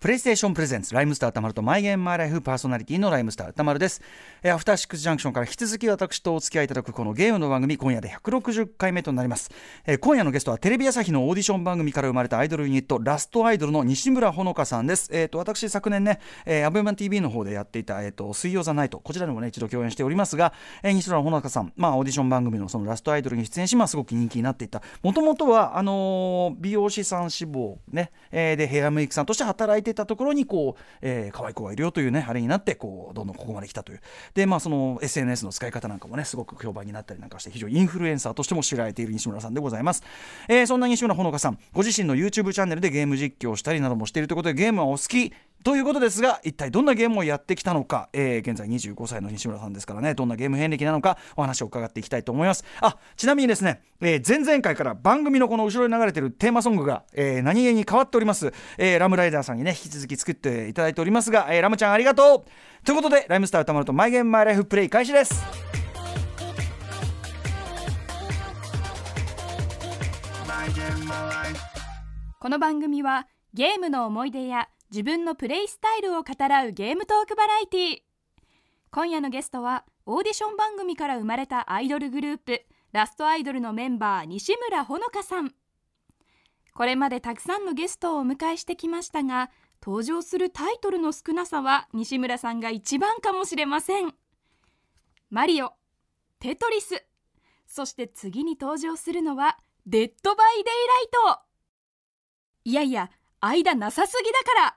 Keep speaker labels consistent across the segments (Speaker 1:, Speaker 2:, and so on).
Speaker 1: プレイステーションプレゼンツライムスター歌丸とマイゲームマイライフパーソナリティのライムスター歌丸ですえーアフターシックスジャンクションから引き続き私とお付き合いいただくこのゲームの番組今夜で160回目となります、えー今夜のゲストはテレビ朝日のオーディション番組から生まれたアイドルユニットラストアイドルの西村ほのかさんですえっ、と私昨年ね、えー、アベマ TV の方でやっていた、えー、と水曜ザナイトこちらでもね一度共演しておりますが、えー西村ほのかさんまあオーディション番組のそのラストアイドルに出演しまあすごく人気になっていったもともとはあのー美容師さん志望ね、えーでヘアメイクさんとして働いてたところにこう、えー、可愛い子がいるよというねあれになってこうどんどんここまで来たというでまあその SNS の使い方なんかもねすごく評判になったりなんかして非常にインフルエンサーとしても知られている西村さんでございます、えーそんな西村ほのかさんご自身の YouTube チャンネルでゲーム実況をしたりなどもしているということでゲームはお好きということですが一体どんなゲームをやってきたのか、えー現在25歳の西村さんですからねどんなゲーム遍歴なのかお話を伺っていきたいと思いますあちなみにですね、えー前々回から番組のこの後ろに流れてるテーマソングが、えー何気に変わっております、えーラムライダーさんにね引き続き作っていただいておりますが、えーラムちゃんありがとうということでライムスター歌丸とマイゲームマイライフプレイ開始です
Speaker 2: この番組はゲームの思い出や自分のプレイスタイルを語らうゲームトークバラエティー今夜のゲストはオーディション番組から生まれたアイドルグループラストアイドルのメンバー西村ほのかさんこれまでたくさんのゲストをお迎えしてきましたが登場するタイトルの少なさは西村さんが一番かもしれませんマリオテトリスそして次に登場するのはデッドバイデイライトいやいや間なさすぎだから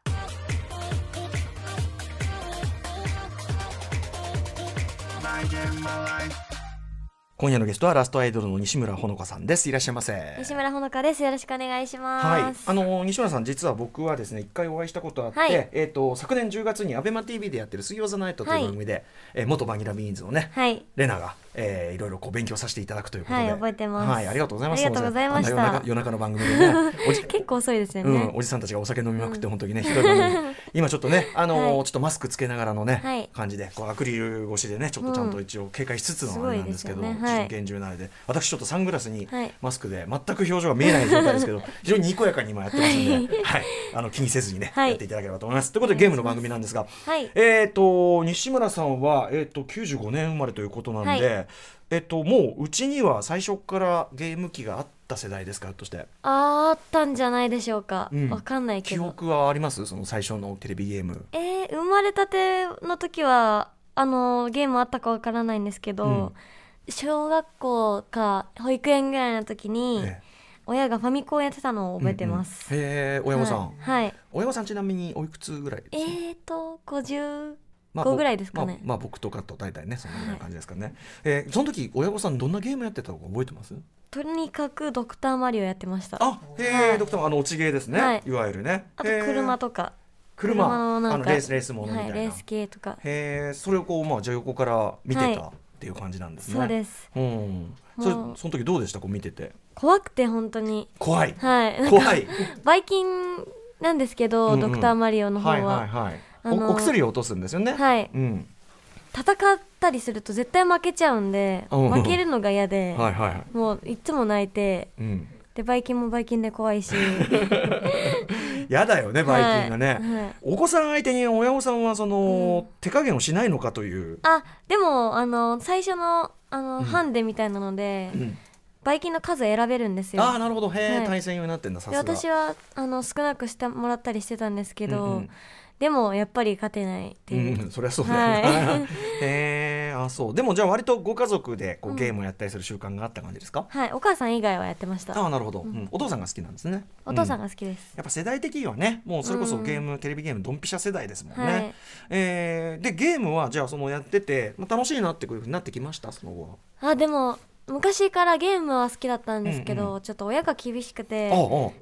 Speaker 1: 今夜のゲストはラストアイドルの西村ほのかさんですいらっしゃいませ
Speaker 3: 西村ほのかです。よろしくお願いし
Speaker 1: はい
Speaker 3: ま、す。
Speaker 1: あの西村さん実は僕はですね一回お会いしたことあって、
Speaker 3: はい
Speaker 1: えっ、と昨年10月にアベマ t v でやってる「水曜ザナイト」という番組で、えー元バニラビーンズのね、
Speaker 3: はい。
Speaker 1: レナが、えーいろいろこう勉強させていただくということで、
Speaker 3: はい覚えてます
Speaker 1: はい、ありがとうございます。
Speaker 3: ありがとうございました
Speaker 1: あんな夜中夜中の番組で ね、おじ
Speaker 3: 結構遅いですよ
Speaker 1: うん、
Speaker 3: ね。
Speaker 1: おじさんたちがお酒飲みまくって本当にね、ひどい番 組今ちょっとね、あのー
Speaker 3: はい
Speaker 1: ちょっとマスクつけながらのね、
Speaker 3: はい
Speaker 1: 感じでこうアクリル越しでねちょっとちゃんと一応警戒しつつ
Speaker 3: す
Speaker 1: のあ
Speaker 3: ご
Speaker 1: れ
Speaker 3: い
Speaker 1: なん
Speaker 3: で
Speaker 1: です
Speaker 3: す
Speaker 1: け
Speaker 3: よ
Speaker 1: ど、
Speaker 3: ねはい
Speaker 1: 厳重なあれで私ちょっとサングラスに
Speaker 3: はい
Speaker 1: マスクで全く表情が見えない状態ですけど 非常ににこやかに今やってますんで、はい、あの気にせずにね、
Speaker 3: はい
Speaker 1: やっていただければと思います。ということでゲームの番組なんですが、
Speaker 3: はい。
Speaker 1: えー、と西村さんは、えー、と95年生まれということなんで、えー、ともううちには最初からゲーム機があった世代ですかひょっとして
Speaker 3: あったんじゃないでしょうか
Speaker 1: うん。
Speaker 3: わかんないけ
Speaker 1: 記
Speaker 3: ど。
Speaker 1: 憶はありますその最初のテレビゲーム。
Speaker 3: えー、生まれたての時は、あの、ゲームあったかわからないんですけど、小学校か保育園ぐらいの時に、
Speaker 1: え
Speaker 3: 親がファミコンやってたのを
Speaker 1: え
Speaker 3: 覚えてます。
Speaker 1: うんうんへえ親御さん、
Speaker 3: はい。はい
Speaker 1: 親御さんちなみにおいくつぐらいです
Speaker 3: えーと、50、
Speaker 1: ま
Speaker 3: こうぐらいですかね
Speaker 1: まあ、まあ僕とかと大体ねそのぐらいの感じですかね、えーその時親御さんどんなゲームやってたのか覚えてます
Speaker 3: とにかくドクターマリオやってました。あ
Speaker 1: あへえ、
Speaker 3: はい
Speaker 1: ドクターもあの落ちゲーですね、
Speaker 3: はい
Speaker 1: い、わゆるね
Speaker 3: と
Speaker 1: へえ
Speaker 3: 車とか、
Speaker 1: 車
Speaker 3: 車のなんか
Speaker 1: あのレースレースものみたい
Speaker 3: は
Speaker 1: な、
Speaker 3: い、レース系とか。
Speaker 1: へえそれをこうまあじゃあ横から見てた、
Speaker 3: はい
Speaker 1: っていう感じなんですね。
Speaker 3: そうです。
Speaker 1: うん。それ
Speaker 3: もう
Speaker 1: その時どうでしたこう見てて
Speaker 3: 怖くて本当に。
Speaker 1: 怖い
Speaker 3: はい。 なんか
Speaker 1: 怖い
Speaker 3: バイキンなんですけど、
Speaker 1: うんうん
Speaker 3: ドクターマリオの方は、
Speaker 1: はいはいはい。
Speaker 3: あの
Speaker 1: おお薬を落とすんですよね。
Speaker 3: はい
Speaker 1: うん
Speaker 3: 戦ったりすると絶対負けちゃうんで、
Speaker 1: うん
Speaker 3: 負けるのが嫌で、
Speaker 1: はいはいはい。
Speaker 3: もういつも泣いて
Speaker 1: うん。
Speaker 3: でバイキンもバイキンで怖いし
Speaker 1: やだよね バイキンがね。
Speaker 3: はいはい
Speaker 1: お子さん相手に親御さんはその、手加減をしないのかという。
Speaker 3: あでもあの最初のあの、
Speaker 1: ん
Speaker 3: ハンデみたいなので、
Speaker 1: うん
Speaker 3: バイキンの数選べるんですよ
Speaker 1: ああなるほどへえ、
Speaker 3: はい
Speaker 1: 対戦用になってんださ
Speaker 3: です
Speaker 1: が。
Speaker 3: 私はあの少なくしてもらったりしてたんですけど、
Speaker 1: うんうん
Speaker 3: でもやっぱり勝てないっていう、
Speaker 1: うん、そりゃそうだよね。
Speaker 3: は
Speaker 1: へえあそうでもじゃあ割とご家族でこうゲームをやったりする習慣があった感じですか、
Speaker 3: はいお母さん以外はやってました
Speaker 1: ああなるほど、うんお父さんが好きなんですね
Speaker 3: お父さん
Speaker 1: う
Speaker 3: が好きです、
Speaker 1: やっぱ世代的にはねもうそれこそ
Speaker 3: うん
Speaker 1: ゲーム、テレビゲームドンピシャ世代ですもんね、
Speaker 3: はい
Speaker 1: えーでゲームはじゃあそのやってて、まあ、楽しいなってこういうふうになってきましたその後は、
Speaker 3: あでも昔からゲームは好きだったんですけど、
Speaker 1: うんう
Speaker 3: ちょっと親が厳しくて
Speaker 1: あ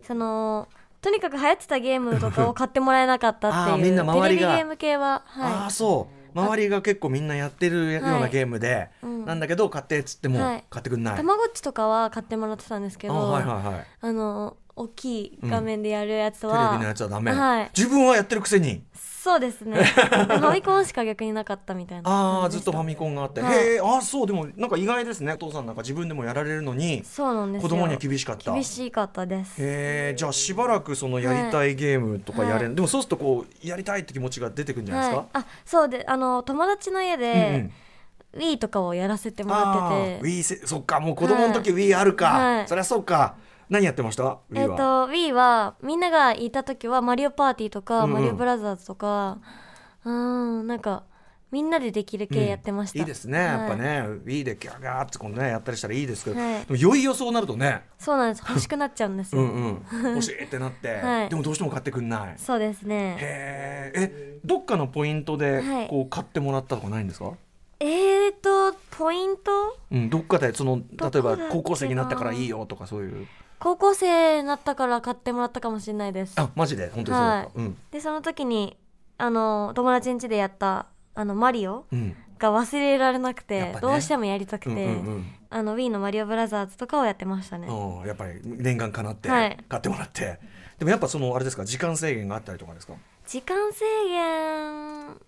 Speaker 3: そのとにかく流行ってたゲームとかを買ってもらえなかったってい
Speaker 1: あーみん
Speaker 3: う
Speaker 1: な周り
Speaker 3: テレ
Speaker 1: が
Speaker 3: ビゲーム系は、
Speaker 1: あ、あ
Speaker 3: は
Speaker 1: あそう周りが結構みんなやってるような
Speaker 3: はい
Speaker 1: ゲームで、
Speaker 3: うん
Speaker 1: なんだけど買ってっつっても
Speaker 3: はい、
Speaker 1: 買ってくんないい、
Speaker 3: たまごっちとかは買ってもらってたんですけ
Speaker 1: あ
Speaker 3: ど
Speaker 1: あ
Speaker 3: あ,、
Speaker 1: はいはいはい
Speaker 3: の大きい画面でやるやつ
Speaker 1: テレ
Speaker 3: は、
Speaker 1: ビのやつはダメ、
Speaker 3: はい
Speaker 1: 自分はやってるくせに
Speaker 3: そうで すねファミコンしか逆になかったみたいな
Speaker 1: ああ
Speaker 3: 感
Speaker 1: ず
Speaker 3: じで
Speaker 1: っ
Speaker 3: し
Speaker 1: と
Speaker 3: た
Speaker 1: ファミコンがあって、
Speaker 3: はい
Speaker 1: へえああそうでもなんか意外ですねお父さんなんか自分でもやられるのに
Speaker 3: そうなんです
Speaker 1: 子
Speaker 3: よ
Speaker 1: 供には厳しかった
Speaker 3: 厳しかったです
Speaker 1: へえじゃあしばらくそのやりたいゲームとかやれる、でもそうするとこうやりたいって気持ちが出てくるんじゃないですか、
Speaker 3: はい、あそうであの友達の家
Speaker 1: うんう
Speaker 3: で
Speaker 1: ん
Speaker 3: Wii とかをやらせてもら
Speaker 1: あ
Speaker 3: っ
Speaker 1: ー
Speaker 3: てて、
Speaker 1: Wii せそっかもう子供の時 Wii あるか、
Speaker 3: はい
Speaker 1: そりゃそうか何やってました Wii
Speaker 3: えっ、と
Speaker 1: は、
Speaker 3: Wii はみんながいた時はマリオパーティーと
Speaker 1: う
Speaker 3: か、
Speaker 1: んうん
Speaker 3: マリオブラザーズとかうーんなんかみんなでできる系やってました、
Speaker 1: いいですね、やっぱね Wii でギャーギャーってこのねやったりしたらいいですけど、
Speaker 3: はい
Speaker 1: でもよいよそうなるとね
Speaker 3: そうなんです欲しくなっちゃうんです
Speaker 1: う
Speaker 3: よ、
Speaker 1: んうん 欲しいってなって、
Speaker 3: はい
Speaker 1: でもどうしても買ってくんない
Speaker 3: そうですね
Speaker 1: へええどっかのポイントで
Speaker 3: はい
Speaker 1: こう買ってもらったとかないんですか、
Speaker 3: えーとポイント
Speaker 1: うん、どっかでその
Speaker 3: ど
Speaker 1: 例え
Speaker 3: こだ
Speaker 1: ば
Speaker 3: っけな
Speaker 1: 高校生になったからいいよとかそういう
Speaker 3: 高校生になったから買ってもらったかもしれないです
Speaker 1: あマジで本当にそうだった、うん
Speaker 3: でその時にあの友達ん家でやったあのマリオ
Speaker 1: うん
Speaker 3: が忘れられなくて、
Speaker 1: やっぱね
Speaker 3: どうしてもやりたくて、
Speaker 1: うんうん
Speaker 3: あの Wii の「マリオブラザーズ」とかをやってましたね、
Speaker 1: うんうんやっぱり念願かなって
Speaker 3: はい
Speaker 1: 買ってもらって、でもやっぱそのあれですか時間制限があったりとかですか
Speaker 3: 時間制限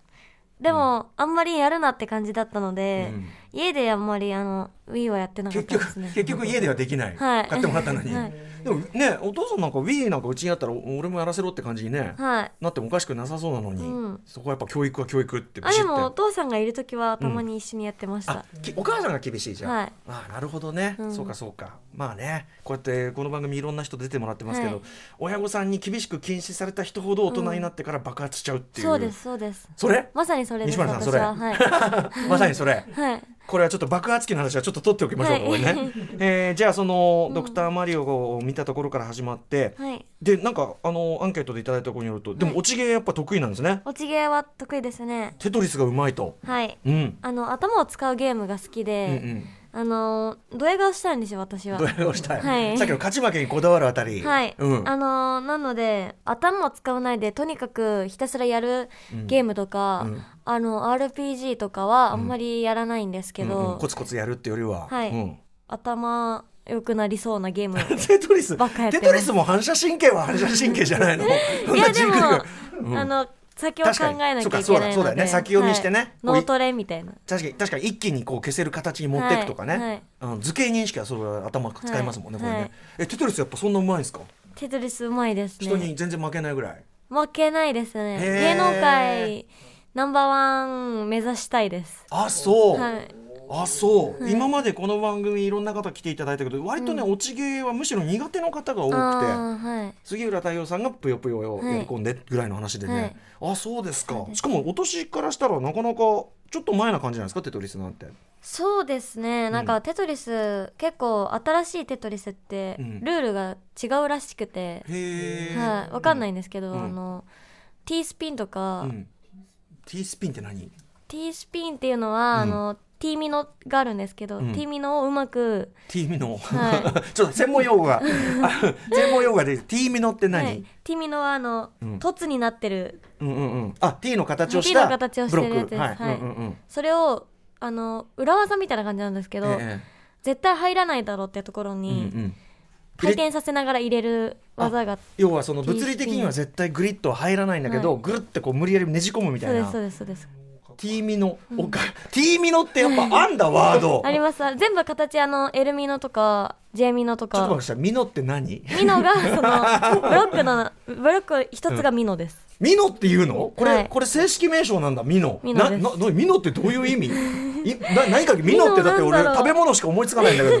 Speaker 3: でも、あんまりやるなって感じだったので、
Speaker 1: うん
Speaker 3: 家であんまりあの Wii はやってなかっ
Speaker 1: 結
Speaker 3: たです
Speaker 1: 局
Speaker 3: ね
Speaker 1: 結局家ではできない、
Speaker 3: はい
Speaker 1: 買ってもらったのに、
Speaker 3: はい
Speaker 1: でもねお父さんなんか Wii なんかうちにあったらお俺もやらせろって感じにね、
Speaker 3: はい
Speaker 1: なってもおかしくなさそうなのに、
Speaker 3: うん
Speaker 1: そこはやっぱ教育は教育って
Speaker 3: あ
Speaker 1: シ
Speaker 3: で
Speaker 1: ッて
Speaker 3: もお父さんがいる時はたまに一緒にやってました、
Speaker 1: あきお母さんが厳しいじゃん、
Speaker 3: はい
Speaker 1: あなるほどね、
Speaker 3: うん
Speaker 1: そうかそうかまあねこうやってこの番組いろんな人出てもらってますけど、
Speaker 3: はい
Speaker 1: 親御さんに厳しく禁止された人ほど大人になってから爆発しちゃうっていう、
Speaker 3: そうですそうです
Speaker 1: それ
Speaker 3: まさにそれで
Speaker 1: 西
Speaker 3: す
Speaker 1: 村さんそれ
Speaker 3: 私はは
Speaker 1: まさにそれ
Speaker 3: い、はい
Speaker 1: これはちょっと爆発期の話はちょっと取っておきましょうか、
Speaker 3: はい
Speaker 1: これね、えーじゃあその「ドクターマリオ」を見たところから始まって、
Speaker 3: はい、
Speaker 1: でなんかあのアンケートでいただいたところによるとでも落ち芸やっぱ得意なんですね、
Speaker 3: おちげは得意ですね
Speaker 1: テトリスがうまいと
Speaker 3: はい
Speaker 1: うん、
Speaker 3: あの頭を使うゲームが好き
Speaker 1: うんう
Speaker 3: で、
Speaker 1: ん
Speaker 3: あのドヤ顔したいんですよ私は
Speaker 1: どうをしたい、
Speaker 3: はい
Speaker 1: さっきの勝ち負けにこだわるあたり
Speaker 3: はい、
Speaker 1: うん、
Speaker 3: あのーなので頭を使わないでとにかくひたすらやるゲームとか、
Speaker 1: うんうん
Speaker 3: あの RPG とかはあんまりやらないんですけど、
Speaker 1: うんうんコツコツやるってよりは、
Speaker 3: はい
Speaker 1: うん、
Speaker 3: 頭良くなりそうな ゲームい
Speaker 1: テトリス
Speaker 3: ばっかやって
Speaker 1: テ
Speaker 3: ます
Speaker 1: トリスも反射神経は反射神経じゃない のい
Speaker 3: やでも、
Speaker 1: うん
Speaker 3: あの先を考
Speaker 1: 確かに
Speaker 3: えなきゃいけない
Speaker 1: そうかそうだそう
Speaker 3: の
Speaker 1: だよ
Speaker 3: で、
Speaker 1: ね先読みしてね
Speaker 3: はい
Speaker 1: こうい
Speaker 3: 脳トレみたいな
Speaker 1: 確かに確かに一気にこう消せる形に持っていくとかね、
Speaker 3: はいはい
Speaker 1: あの図形認識はそれは頭使いますもんね、
Speaker 3: はい
Speaker 1: これね、
Speaker 3: はい
Speaker 1: えテトリスやっぱそんなうまいんですか、
Speaker 3: テトリスうまいです
Speaker 1: 人
Speaker 3: ね
Speaker 1: に全然負けないぐらい
Speaker 3: 負けないですね
Speaker 1: へー
Speaker 3: 芸能界ナンバーワン目指したいです
Speaker 1: あそう、
Speaker 3: はい
Speaker 1: あそう、
Speaker 3: はい
Speaker 1: 今までこの番組いろんな方来ていただいたけど割とね、落ち芸はむしろ苦手の方が多
Speaker 3: あ
Speaker 1: くて
Speaker 3: ーはい
Speaker 1: 杉浦太陽さんがぷよぷよを
Speaker 3: はい
Speaker 1: やり込んでぐらいの話でね、あそうですかしかもお年からしたらなかなかちょっと前な感じじゃないですかテトリスなんて。
Speaker 3: そうですねなんかテトリス、結構新しいテトリスって
Speaker 1: うん
Speaker 3: ルールが違うらしくて、
Speaker 1: へえ、
Speaker 3: はい、わかんないんですけど、
Speaker 1: うん
Speaker 3: あの T スピンとか、
Speaker 1: うん、T スピンって何
Speaker 3: T スピンっていうのは、あの T ミノがあるんですけど、
Speaker 1: ん
Speaker 3: T ミノをうまく
Speaker 1: T ミノ、
Speaker 3: は
Speaker 1: ちょっと専門用語があ 専門用語が出て T ミノって何、
Speaker 3: はい、T ミノはあの、
Speaker 1: うん
Speaker 3: 凸になってる
Speaker 1: うんうんうんあ T の形をし
Speaker 3: T の
Speaker 1: た
Speaker 3: 形をし
Speaker 1: ブ
Speaker 3: て
Speaker 1: ロ
Speaker 3: るや
Speaker 1: ッ
Speaker 3: つ
Speaker 1: ク
Speaker 3: です
Speaker 1: はい、
Speaker 3: はい
Speaker 1: うんうんうん
Speaker 3: それをあの裏技みたいな感じなんですけど、
Speaker 1: え
Speaker 3: 絶対入らないだろうってところ
Speaker 1: えうん
Speaker 3: に、
Speaker 1: うん
Speaker 3: 回転させながら入れる技が
Speaker 1: 要はその物理的には絶対グリッとは入らないんだけど、
Speaker 3: は
Speaker 1: ぐるってこう無理やりねじ込むみ
Speaker 3: そ
Speaker 1: た
Speaker 3: う
Speaker 1: い
Speaker 3: です
Speaker 1: な
Speaker 3: そうですそうです
Speaker 1: T ミノ、おか T ミノってやっぱあんだワード
Speaker 3: ありますあ全部形あの L ミノとか J ミノと
Speaker 1: ちょっと待って
Speaker 3: か
Speaker 1: くださいミノって何
Speaker 3: ミノがそのブロックのブロック一つがミノ です、
Speaker 1: ミノっていうのこれ、
Speaker 3: はい
Speaker 1: これ正式名称なんだミノ
Speaker 3: ミノ
Speaker 1: な
Speaker 3: です
Speaker 1: ななミノってどういう意味いな何かミノってだって
Speaker 3: ミノな
Speaker 1: 俺
Speaker 3: んだろう
Speaker 1: 食べ物しか思いつかないん だけど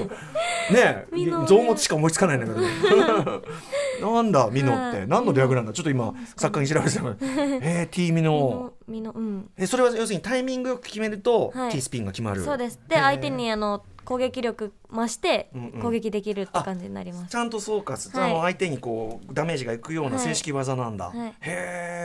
Speaker 1: ね
Speaker 3: ミノ
Speaker 1: え臓物しか思いつかないんだけ どなんだミノって、
Speaker 3: はい
Speaker 1: 何の略なんだちょっと今作家に調べてた のえー、T ミ
Speaker 3: ミ
Speaker 1: ノ
Speaker 3: ノミノうん
Speaker 1: えそれは要するにタイミングよく決めると、
Speaker 3: はい
Speaker 1: T スピンが決まる
Speaker 3: そうですで相手にあの攻撃力増して
Speaker 1: うんうん
Speaker 3: 攻撃できるって感じになります、
Speaker 1: ちゃんとそうか、そ
Speaker 3: はい
Speaker 1: の相手にこうダメージがいくような
Speaker 3: はい
Speaker 1: 正式技なんだ、
Speaker 3: はい
Speaker 1: へ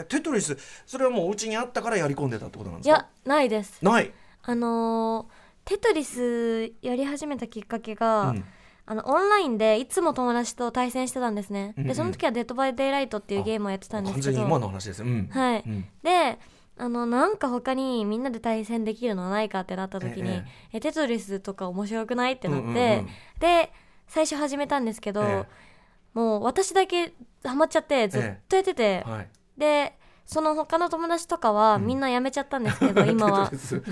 Speaker 1: えテトリスそれはもうお家にあったからやり込んでたってことなんで
Speaker 3: い
Speaker 1: すか
Speaker 3: やないです
Speaker 1: ない、
Speaker 3: あのーテトリスやり始めたきっかけ
Speaker 1: う
Speaker 3: が、
Speaker 1: ん
Speaker 3: あのオンラインでいつも友達と対戦してたんですね、
Speaker 1: うんうん
Speaker 3: でその時は「デッド・バイ・デイ・ライト」っていうゲームをやってたんです
Speaker 1: 完
Speaker 3: け
Speaker 1: 全
Speaker 3: ど
Speaker 1: に今の話ですようん
Speaker 3: はい、
Speaker 1: うん
Speaker 3: であのなんか他にみんなで対戦できるのはないかってなった時に
Speaker 1: ええ
Speaker 3: 「えテトリスとか面白くない?」ってなって、
Speaker 1: うんうんうん
Speaker 3: で最初始めたんですけど、
Speaker 1: ええ
Speaker 3: もう私だけハマっちゃってずっとやってて、
Speaker 1: はい
Speaker 3: でその他の友達とかはみんな辞めちゃったんですけど、今は
Speaker 1: テトリス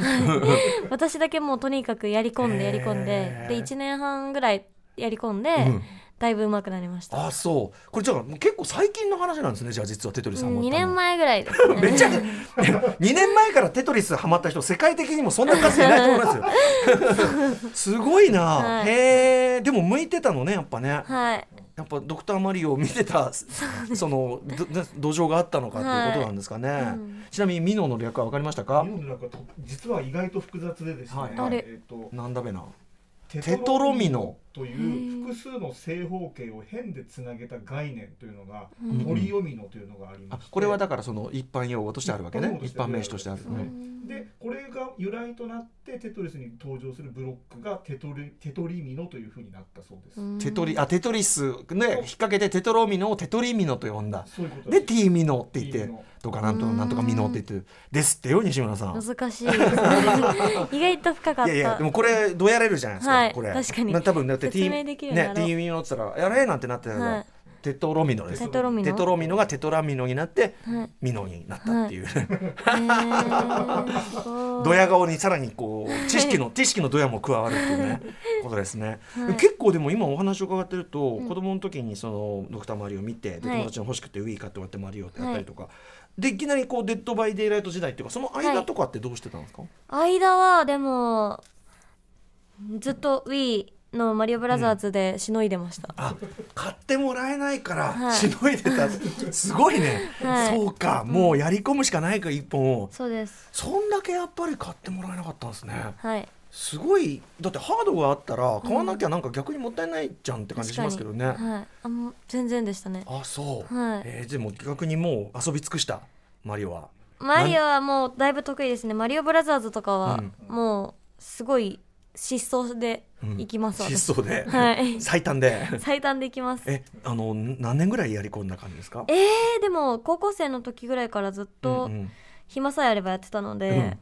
Speaker 3: 私だけもうとにかくやり込んでやり込ん
Speaker 1: へ
Speaker 3: で
Speaker 1: ー
Speaker 3: で1年半ぐらいやり込んで、
Speaker 1: うん
Speaker 3: だいぶ上手くなりました
Speaker 1: あそうこれじゃあ結構最近の話なんですねじゃあ実はテトリスハマったの
Speaker 3: 2年前ぐらいですね
Speaker 1: めっちゃ2年前からテトリスハマった人世界的にもそんな数いないと思います よすごいな、
Speaker 3: はい
Speaker 1: へえでも向いてたのねやっぱねや
Speaker 3: はい
Speaker 1: っぱドクターマリオを見て たそのどど土壌があったのかっていうことなんですかね、
Speaker 3: うん
Speaker 1: ちなみにミノの略は分かりましたか
Speaker 4: 日本の中と実は意外と複雑でですね、
Speaker 1: はい
Speaker 3: あれ
Speaker 4: えっと
Speaker 1: なんだべな
Speaker 4: テ
Speaker 1: トロミノ
Speaker 4: という複数の正方形を辺でつなげた概念というのが、
Speaker 3: うん
Speaker 4: ポリオミノというのがあり
Speaker 1: あ
Speaker 4: まして
Speaker 1: これはだからその一般用語としてあるわけね一
Speaker 4: 一
Speaker 1: 般
Speaker 4: 般用
Speaker 1: 名
Speaker 4: 語
Speaker 1: 詞
Speaker 4: として
Speaker 1: としてある
Speaker 4: う
Speaker 1: ね、
Speaker 4: でこれが由来となってテトリスに登場するブロックがテトリテトリミノというふうになったそうです、
Speaker 3: うん
Speaker 1: テトリあテトリスね引っ掛けてテトロミノをテトリミノと呼んだ
Speaker 4: そういうこと
Speaker 1: で
Speaker 4: テ
Speaker 1: T ミノって言っ
Speaker 4: T
Speaker 1: て
Speaker 4: ミノ
Speaker 1: とかなんとかなんとかミノって言ってるですってよ西村さん
Speaker 3: 難しいですね意外と深かった
Speaker 1: いやいやでもこれどうやれるじゃないですか、
Speaker 3: はい
Speaker 1: これ
Speaker 3: 確かに
Speaker 1: な多分だって
Speaker 3: 説明できるように
Speaker 1: ね
Speaker 3: なろう
Speaker 1: T ミノって言ったらやれなんてなってたけど、
Speaker 3: はい
Speaker 1: テトロミノです
Speaker 3: テトロミノ
Speaker 1: テトロミノがテトラミノになって、
Speaker 3: はい
Speaker 1: ミノになったっていう、
Speaker 3: へーすごい
Speaker 1: ドヤ顔にさらにこう知 識の知識のドヤも加わるっていうねことですね、結構でも今お話を伺ってると、子供の時にそのドクターマリオを見て、で
Speaker 3: はい
Speaker 1: 友達の欲しくてウィー買ってもらってマリオってやったりとか、でいきなりこうデッドバイデイライト時代っていうかその間とかってどうしてたんですか、
Speaker 3: 間はでもずっと Wii の「マリオブラザーズ」でしのいでました、
Speaker 1: あ買ってもらえないから
Speaker 3: はい
Speaker 1: しのいでた、 すごいね、
Speaker 3: はい
Speaker 1: そうかもうやり込むしかないか一本を
Speaker 3: そうです
Speaker 1: そんだけやっぱり買ってもらえなかったんですね
Speaker 3: はい
Speaker 1: すごいだってハードがあったら買わなきゃなんか逆にもったいないじゃんって感じしますけどね、
Speaker 3: はいあん全然でしたね
Speaker 1: あそう、
Speaker 3: はい
Speaker 1: えーでも逆にもう遊び尽くしたマリオは
Speaker 3: マリオはもうだいぶ得意ですねマリオブラザーズとか
Speaker 1: う
Speaker 3: は
Speaker 1: ん
Speaker 3: もうすごい失踪で
Speaker 1: うん
Speaker 3: いきます、私
Speaker 1: 失踪で、
Speaker 3: はい
Speaker 1: 最短で
Speaker 3: 最短でいきます
Speaker 1: えあの何年ぐらいやり込んだ感じですか
Speaker 3: えー、でも高校生の時ぐらいからずっと
Speaker 1: うんうん
Speaker 3: 暇さえあればやってたので、
Speaker 1: うん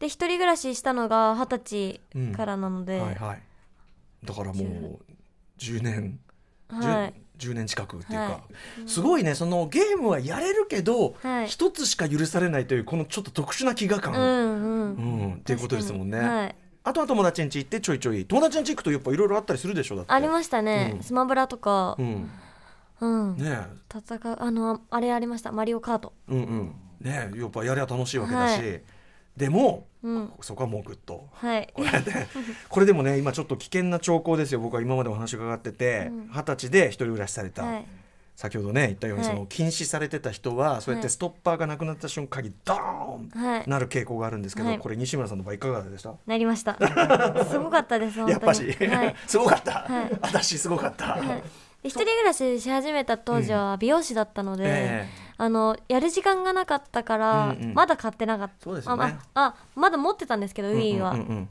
Speaker 3: で一人暮らししたのが二十歳からなので、
Speaker 1: はいはいだからもう10年
Speaker 3: は
Speaker 1: 10
Speaker 3: い
Speaker 1: 10年近くっていうか、
Speaker 3: は
Speaker 1: すごいねそのゲームはやれるけど
Speaker 3: はい
Speaker 1: 一、つしか許されないというこのちょっと特殊な飢餓
Speaker 3: う
Speaker 1: 感、
Speaker 3: んうん、
Speaker 1: うんっていうことですもんね、
Speaker 3: はい、
Speaker 1: あとは友達ん家行ってちょいちょい友達ん家行くとやっぱいろいろあったりするでしょだって
Speaker 3: ありましたね、
Speaker 1: うん
Speaker 3: スマブラとか
Speaker 1: う、ん
Speaker 3: うん
Speaker 1: ねえ
Speaker 3: 戦うあのあれありましたマリオカート、
Speaker 1: うんうんねえやっぱやりゃ楽しいわけだし、
Speaker 3: は
Speaker 1: でも
Speaker 3: うん、
Speaker 1: そこはもうグッと
Speaker 3: はい
Speaker 1: これでこれでもね今ちょっと危険な兆候ですよ僕は今までお話伺ってて
Speaker 3: うん
Speaker 1: 二十、歳で一人暮らしされた、
Speaker 3: はい
Speaker 1: 先ほどね言ったように、
Speaker 3: はい
Speaker 1: その禁止されてた人はそうやってストッパーがなくなった瞬間にドーン
Speaker 3: はい
Speaker 1: なる傾向があるんですけど、
Speaker 3: はい
Speaker 1: これ西村さんの場合いかがでした
Speaker 3: なりました すごかったです本当に
Speaker 1: やっぱし、
Speaker 3: はい
Speaker 1: すごかった、
Speaker 3: はい
Speaker 1: 私すごかった、
Speaker 3: はいで一人暮らしし始めた当時は美容師だったので、
Speaker 1: え
Speaker 3: あのやる時間がなかったから、
Speaker 1: うんうん
Speaker 3: まだ買ってなかった
Speaker 1: そうですよね
Speaker 3: あああまだ持ってたんですけど
Speaker 1: え
Speaker 3: Wii は、
Speaker 1: うんうんうん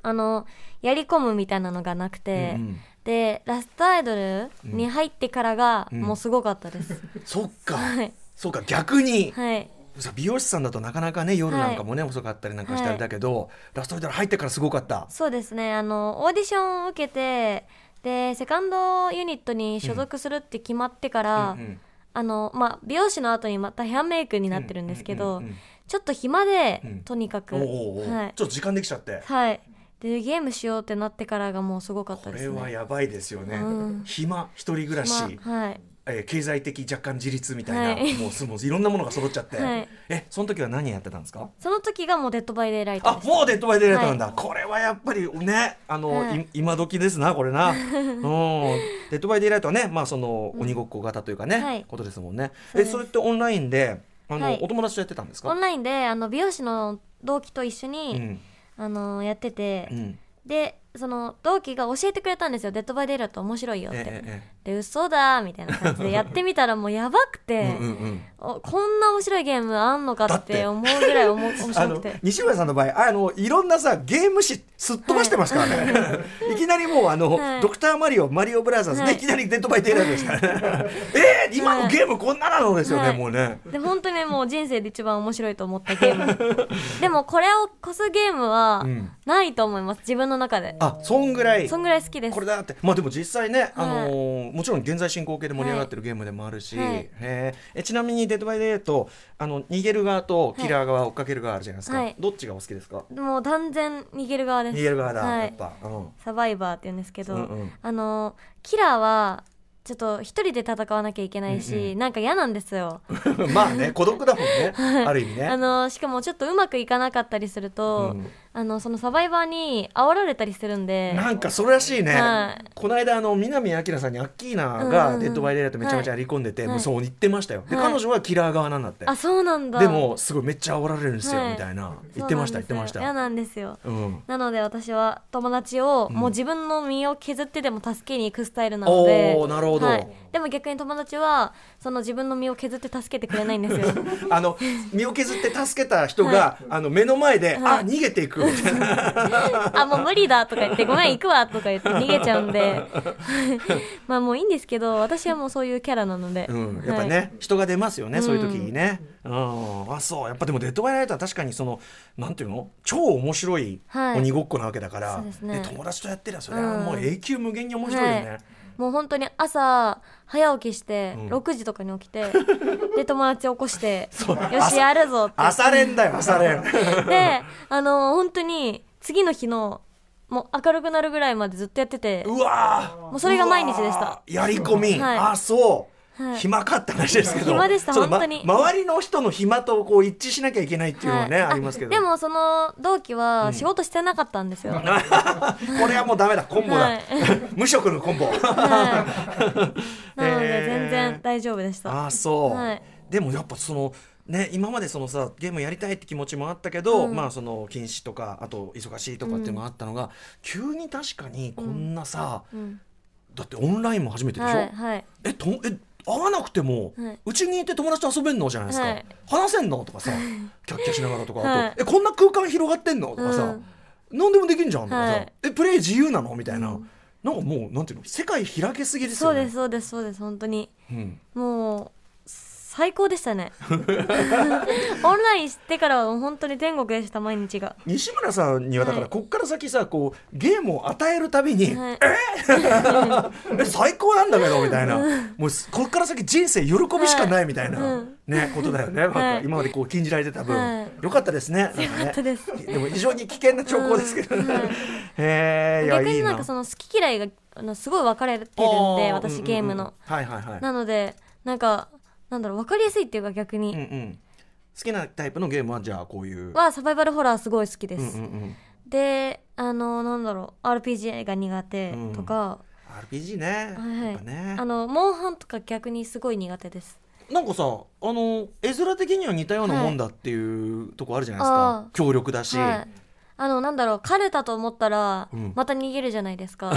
Speaker 3: あのやり込むみたいなのがなくて、
Speaker 1: うんうん
Speaker 3: でラストアイドルに入ってからが、
Speaker 1: うん
Speaker 3: もうすごかったです、
Speaker 1: そっか、
Speaker 3: はい
Speaker 1: そっか逆に、
Speaker 3: はい
Speaker 1: さ美容師さんだとなかなかね夜なんかもね、遅かったりなんかしたりだけど、ラストアイドル入ってからすごかった
Speaker 3: そうですねあのオーディションを受けてでセカンドユニットに所属するって決まってから、
Speaker 1: うんうん
Speaker 3: あのまあ、美容師の後にまたヘアメイクになってるんですけど、
Speaker 1: うんうんうん
Speaker 3: ちょっと暇で、
Speaker 1: うん
Speaker 3: とにかく
Speaker 1: おうおうおう
Speaker 3: はい
Speaker 1: ちょっと時間できちゃって
Speaker 3: はいでゲームしようってなってからがもうすごかった
Speaker 1: これ
Speaker 3: ですね
Speaker 1: はやばいですよね、
Speaker 3: うん
Speaker 1: 暇一人暮らし、
Speaker 3: まあはい
Speaker 1: えー経済的若干自立みたいな、
Speaker 3: はい
Speaker 1: もうすもういろんなものが揃っちゃって、
Speaker 3: はい
Speaker 1: えその時は何やってたんですか
Speaker 3: その時がもう「デッド・バイ・デイ・ライト」
Speaker 1: あ
Speaker 3: でした
Speaker 1: もうデッドバイデイライトなんだ、これはやっぱりねあの、
Speaker 3: はい
Speaker 1: い今時ですなこれ な、うん、デッドバイデイライトはねまあその鬼ごっこ型というかね、
Speaker 3: はい
Speaker 1: ことですもんね
Speaker 3: そう
Speaker 1: え
Speaker 3: です
Speaker 1: それってオンラインであの、
Speaker 3: はい
Speaker 1: お友達とやってたんですか
Speaker 3: オンラインであの美容師の同期と一緒に、
Speaker 1: うん
Speaker 3: あのやってて、
Speaker 1: うん
Speaker 3: でその同期が教えてくれたんですよ「デッド・バイ・デイ・ライト面白いよ」って、
Speaker 1: えええ
Speaker 3: で嘘だーみたいな感じでやってみたらもうやばく
Speaker 1: ええうんう
Speaker 3: て
Speaker 1: んうん
Speaker 3: おこんな面白いゲームあんのか
Speaker 1: だ
Speaker 3: っ
Speaker 1: って
Speaker 3: て思うぐらいおも面
Speaker 1: あ
Speaker 3: 白く
Speaker 1: の
Speaker 3: て
Speaker 1: 西村さんの場合あのいろんなさゲーム誌すっ飛ばしてますからね、 い、きなりもうあの、
Speaker 3: はい
Speaker 1: ドクターマリオマリオブラザーズね、
Speaker 3: はい
Speaker 1: い、きなりデッドバイデイライトでしたね えー、今のゲームこんななのですよね、
Speaker 3: はい
Speaker 1: もうね
Speaker 3: で本当にもう人生で一番面白いと思ったゲー ムでもこれを越すゲームは
Speaker 1: うん
Speaker 3: ないと思います自分の中で
Speaker 1: あそんぐらい
Speaker 3: そんぐらい好きです
Speaker 1: これだってまあでも実際ね、あのーもちろん現在進行形で盛り上がってるゲームでもあるし、
Speaker 3: はい
Speaker 1: へええちなみに「デッドバイデイとあの逃げる側とキラー側追っかける側あるじゃないですか、
Speaker 3: はい
Speaker 1: どっちがお好きですか
Speaker 3: もう断然逃げる側です
Speaker 1: 逃げる側だ、
Speaker 3: はい
Speaker 1: やっぱ、うん
Speaker 3: サバイバーって言うんですけど、
Speaker 1: うんうん
Speaker 3: あのキラーはちょっと一人で戦わなきゃいけないし、
Speaker 1: うんう
Speaker 3: なんか嫌なんですよ、
Speaker 1: まあね孤独だもんね、ある意味ね。
Speaker 3: あのしかもちょっとうまくいかなかったりすると、
Speaker 1: うん
Speaker 3: あのそのサバイバーに煽られたりするんで
Speaker 1: なんかそれらしいね、
Speaker 3: はい
Speaker 1: この間あの南明さんにアッキーナ
Speaker 3: うんうんう
Speaker 1: が「
Speaker 3: ん
Speaker 1: デッド・バイ・デイライト」めちゃめちゃやり込んでて、
Speaker 3: はい
Speaker 1: もうそう言ってましたよ、で
Speaker 3: はい
Speaker 1: 彼女はキラー側なんだって
Speaker 3: あそうなんだ
Speaker 1: でもすごいめっちゃ煽られるんですよ、
Speaker 3: はい
Speaker 1: みたいな言ってました言って
Speaker 3: そうなん
Speaker 1: ま
Speaker 3: で
Speaker 1: し
Speaker 3: すよ
Speaker 1: た
Speaker 3: 嫌なんですよ
Speaker 1: うん
Speaker 3: なので私は友達を
Speaker 1: うん
Speaker 3: もう自分の身を削ってでも助けに行くスタイルなので、
Speaker 1: おおーなるほど、
Speaker 3: はい、でも逆に友達はその自分の身を削って助けてくれない んですよ
Speaker 1: あ の身を削って助けた人が、あの目の前で、
Speaker 3: はい
Speaker 1: あ逃げていくみたいな
Speaker 3: あもう無理だとか言ってごめん行くわとか言って逃げちゃうんで まあもういいんですけど私はもうそういうキャラなので、
Speaker 1: うん、やっぱね、
Speaker 3: はい
Speaker 1: 人が出ますよね、
Speaker 3: うん
Speaker 1: そういう時にね、うん、あそうやっぱでも「デッド・バイ・ライト」は確かにそのなんていうの超面白い
Speaker 3: はい
Speaker 1: 鬼ごっこなわけだから、
Speaker 3: そうですね
Speaker 1: 友達とやってりゃそれは
Speaker 3: うん
Speaker 1: もう永久無限に面白いよね、
Speaker 3: はもう本当に朝早起きして
Speaker 1: うん
Speaker 3: 6時とかに起きて、で友達起こして
Speaker 1: そう
Speaker 3: よしやるぞって
Speaker 1: 朝練だよ朝練
Speaker 3: であの本当に次の日のもう明るくなるぐらいまでずっとやってて
Speaker 1: うわー
Speaker 3: もうそれが毎日でした
Speaker 1: うわーやり込み、
Speaker 3: はい
Speaker 1: あそう、
Speaker 3: はい
Speaker 1: 暇かって話ですけど
Speaker 3: 暇でした
Speaker 1: そのま
Speaker 3: 本当に
Speaker 1: 周りの人の暇とこう一致しなきゃいけないっていうのはね、
Speaker 3: はい
Speaker 1: ありますけど
Speaker 3: でもその同期は仕事してなかったんですよ、は
Speaker 1: これはもうダメだコンボだ、
Speaker 3: はい
Speaker 1: 無職のコン ボ
Speaker 3: い、なの
Speaker 1: え
Speaker 3: で
Speaker 1: ー
Speaker 3: 全然大丈夫でした、
Speaker 1: ああそう、
Speaker 3: はい
Speaker 1: でもやっぱそのね今までそのさゲームやりたいって気持ちもあったけど、まあその禁止とかあと忙しいとかっていうのもあったのが、急に確かにこんなさ、
Speaker 3: うん
Speaker 1: だってオンラインも初めてでしょ、
Speaker 3: はいはい
Speaker 1: えとえ会わなくても
Speaker 3: はいう
Speaker 1: ち、にいて友達と遊べんのじゃないですか、
Speaker 3: はい
Speaker 1: 話せんのと かさキャッキャしながらとか、
Speaker 3: は
Speaker 1: あ
Speaker 3: い
Speaker 1: とえこんな空間広がってんのとかさ、
Speaker 3: うん
Speaker 1: 何でもできんじゃんとかさ、
Speaker 3: はい
Speaker 1: えプレイ自由なのみたいな、なんかもうなんていうの世界開けすぎです
Speaker 3: そ
Speaker 1: よ
Speaker 3: うで
Speaker 1: ね
Speaker 3: す。そうですそうです本当に
Speaker 1: うん
Speaker 3: もう最高でした ねオンラインしてからは本当に天国でした毎日が
Speaker 1: 西村さんにはだから
Speaker 3: はい
Speaker 1: こっから先さこうゲームを与えるたびに、
Speaker 3: はい
Speaker 1: え最高なんだけどみたいな、もうすこっから先人生喜びしかないみたいな、
Speaker 3: はいうん
Speaker 1: ねことだよね、なんか
Speaker 3: はい
Speaker 1: 今までこう禁じられてた分、
Speaker 3: は
Speaker 1: よかったですねなんかね
Speaker 3: 良かったです
Speaker 1: でも非常に危険な兆候ですけどね、
Speaker 3: うんはい
Speaker 1: へえいや
Speaker 3: 逆
Speaker 1: い
Speaker 3: に
Speaker 1: い
Speaker 3: なんかその好き嫌いがあのすごい分かれてるんで
Speaker 1: あうんうんう
Speaker 3: 私
Speaker 1: ん
Speaker 3: ゲームの、
Speaker 1: はいはいはい
Speaker 3: なのでなんかなんだろう分かりやすいっていうか逆
Speaker 1: うんう
Speaker 3: に、
Speaker 1: ん好きなタイプのゲームはじゃあこういう
Speaker 3: はサバイバルホラーすごい好きで
Speaker 1: うん
Speaker 3: す、
Speaker 1: うんうん
Speaker 3: であのなんだろう RPG が苦手とか、
Speaker 1: RPG ね、
Speaker 3: はいはい
Speaker 1: やっぱね
Speaker 3: あのモンハンとか逆にすごい苦手です
Speaker 1: なんかさあの絵面的には似たようなもんだっていう、とこあるじゃないです
Speaker 3: あ
Speaker 1: か
Speaker 3: あ
Speaker 1: 強力だし、
Speaker 3: はいあのなんだろう彼だと思ったら、
Speaker 1: うん
Speaker 3: また逃げるじゃないで すか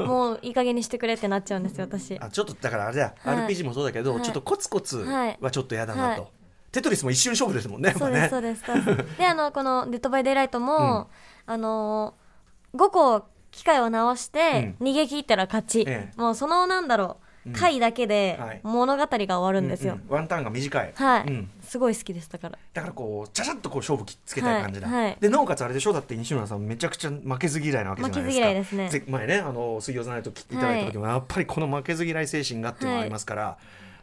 Speaker 3: もういい加減にしてくれってなっちゃうんですよ私
Speaker 1: あちょっとだからあれだ、
Speaker 3: はい
Speaker 1: RPG もそうだけど、
Speaker 3: はい
Speaker 1: ちょっとコツコツ
Speaker 3: はい
Speaker 1: はちょっと嫌だなと、
Speaker 3: はい
Speaker 1: テトリスも一瞬勝負ですもんねやっぱ
Speaker 3: そうです
Speaker 1: ね
Speaker 3: そうですそうですであのこの「デッド・バイ・デイ・ライトも」あの5個機械を直して、逃げ切ったら勝ち、
Speaker 1: ええ
Speaker 3: もうそのなんだろう、
Speaker 1: うん
Speaker 3: 回だけで
Speaker 1: はい
Speaker 3: 物語が終わるんですよ、
Speaker 1: ううワンタンが短い、
Speaker 3: はい、
Speaker 1: うん
Speaker 3: すごい好きでしたから
Speaker 1: だからこうちゃちゃっとこう勝負きつけたい感じだ、
Speaker 3: はいはい
Speaker 1: でなおかつあれでしょだって西村さんめちゃくちゃ負けず嫌いなわけじゃないですか
Speaker 3: 負けず嫌いですね
Speaker 1: ぜ前ねあの水曜じゃないと聞いていただいた時も、やっぱりこの負けず嫌い精神がっていうのがありますから、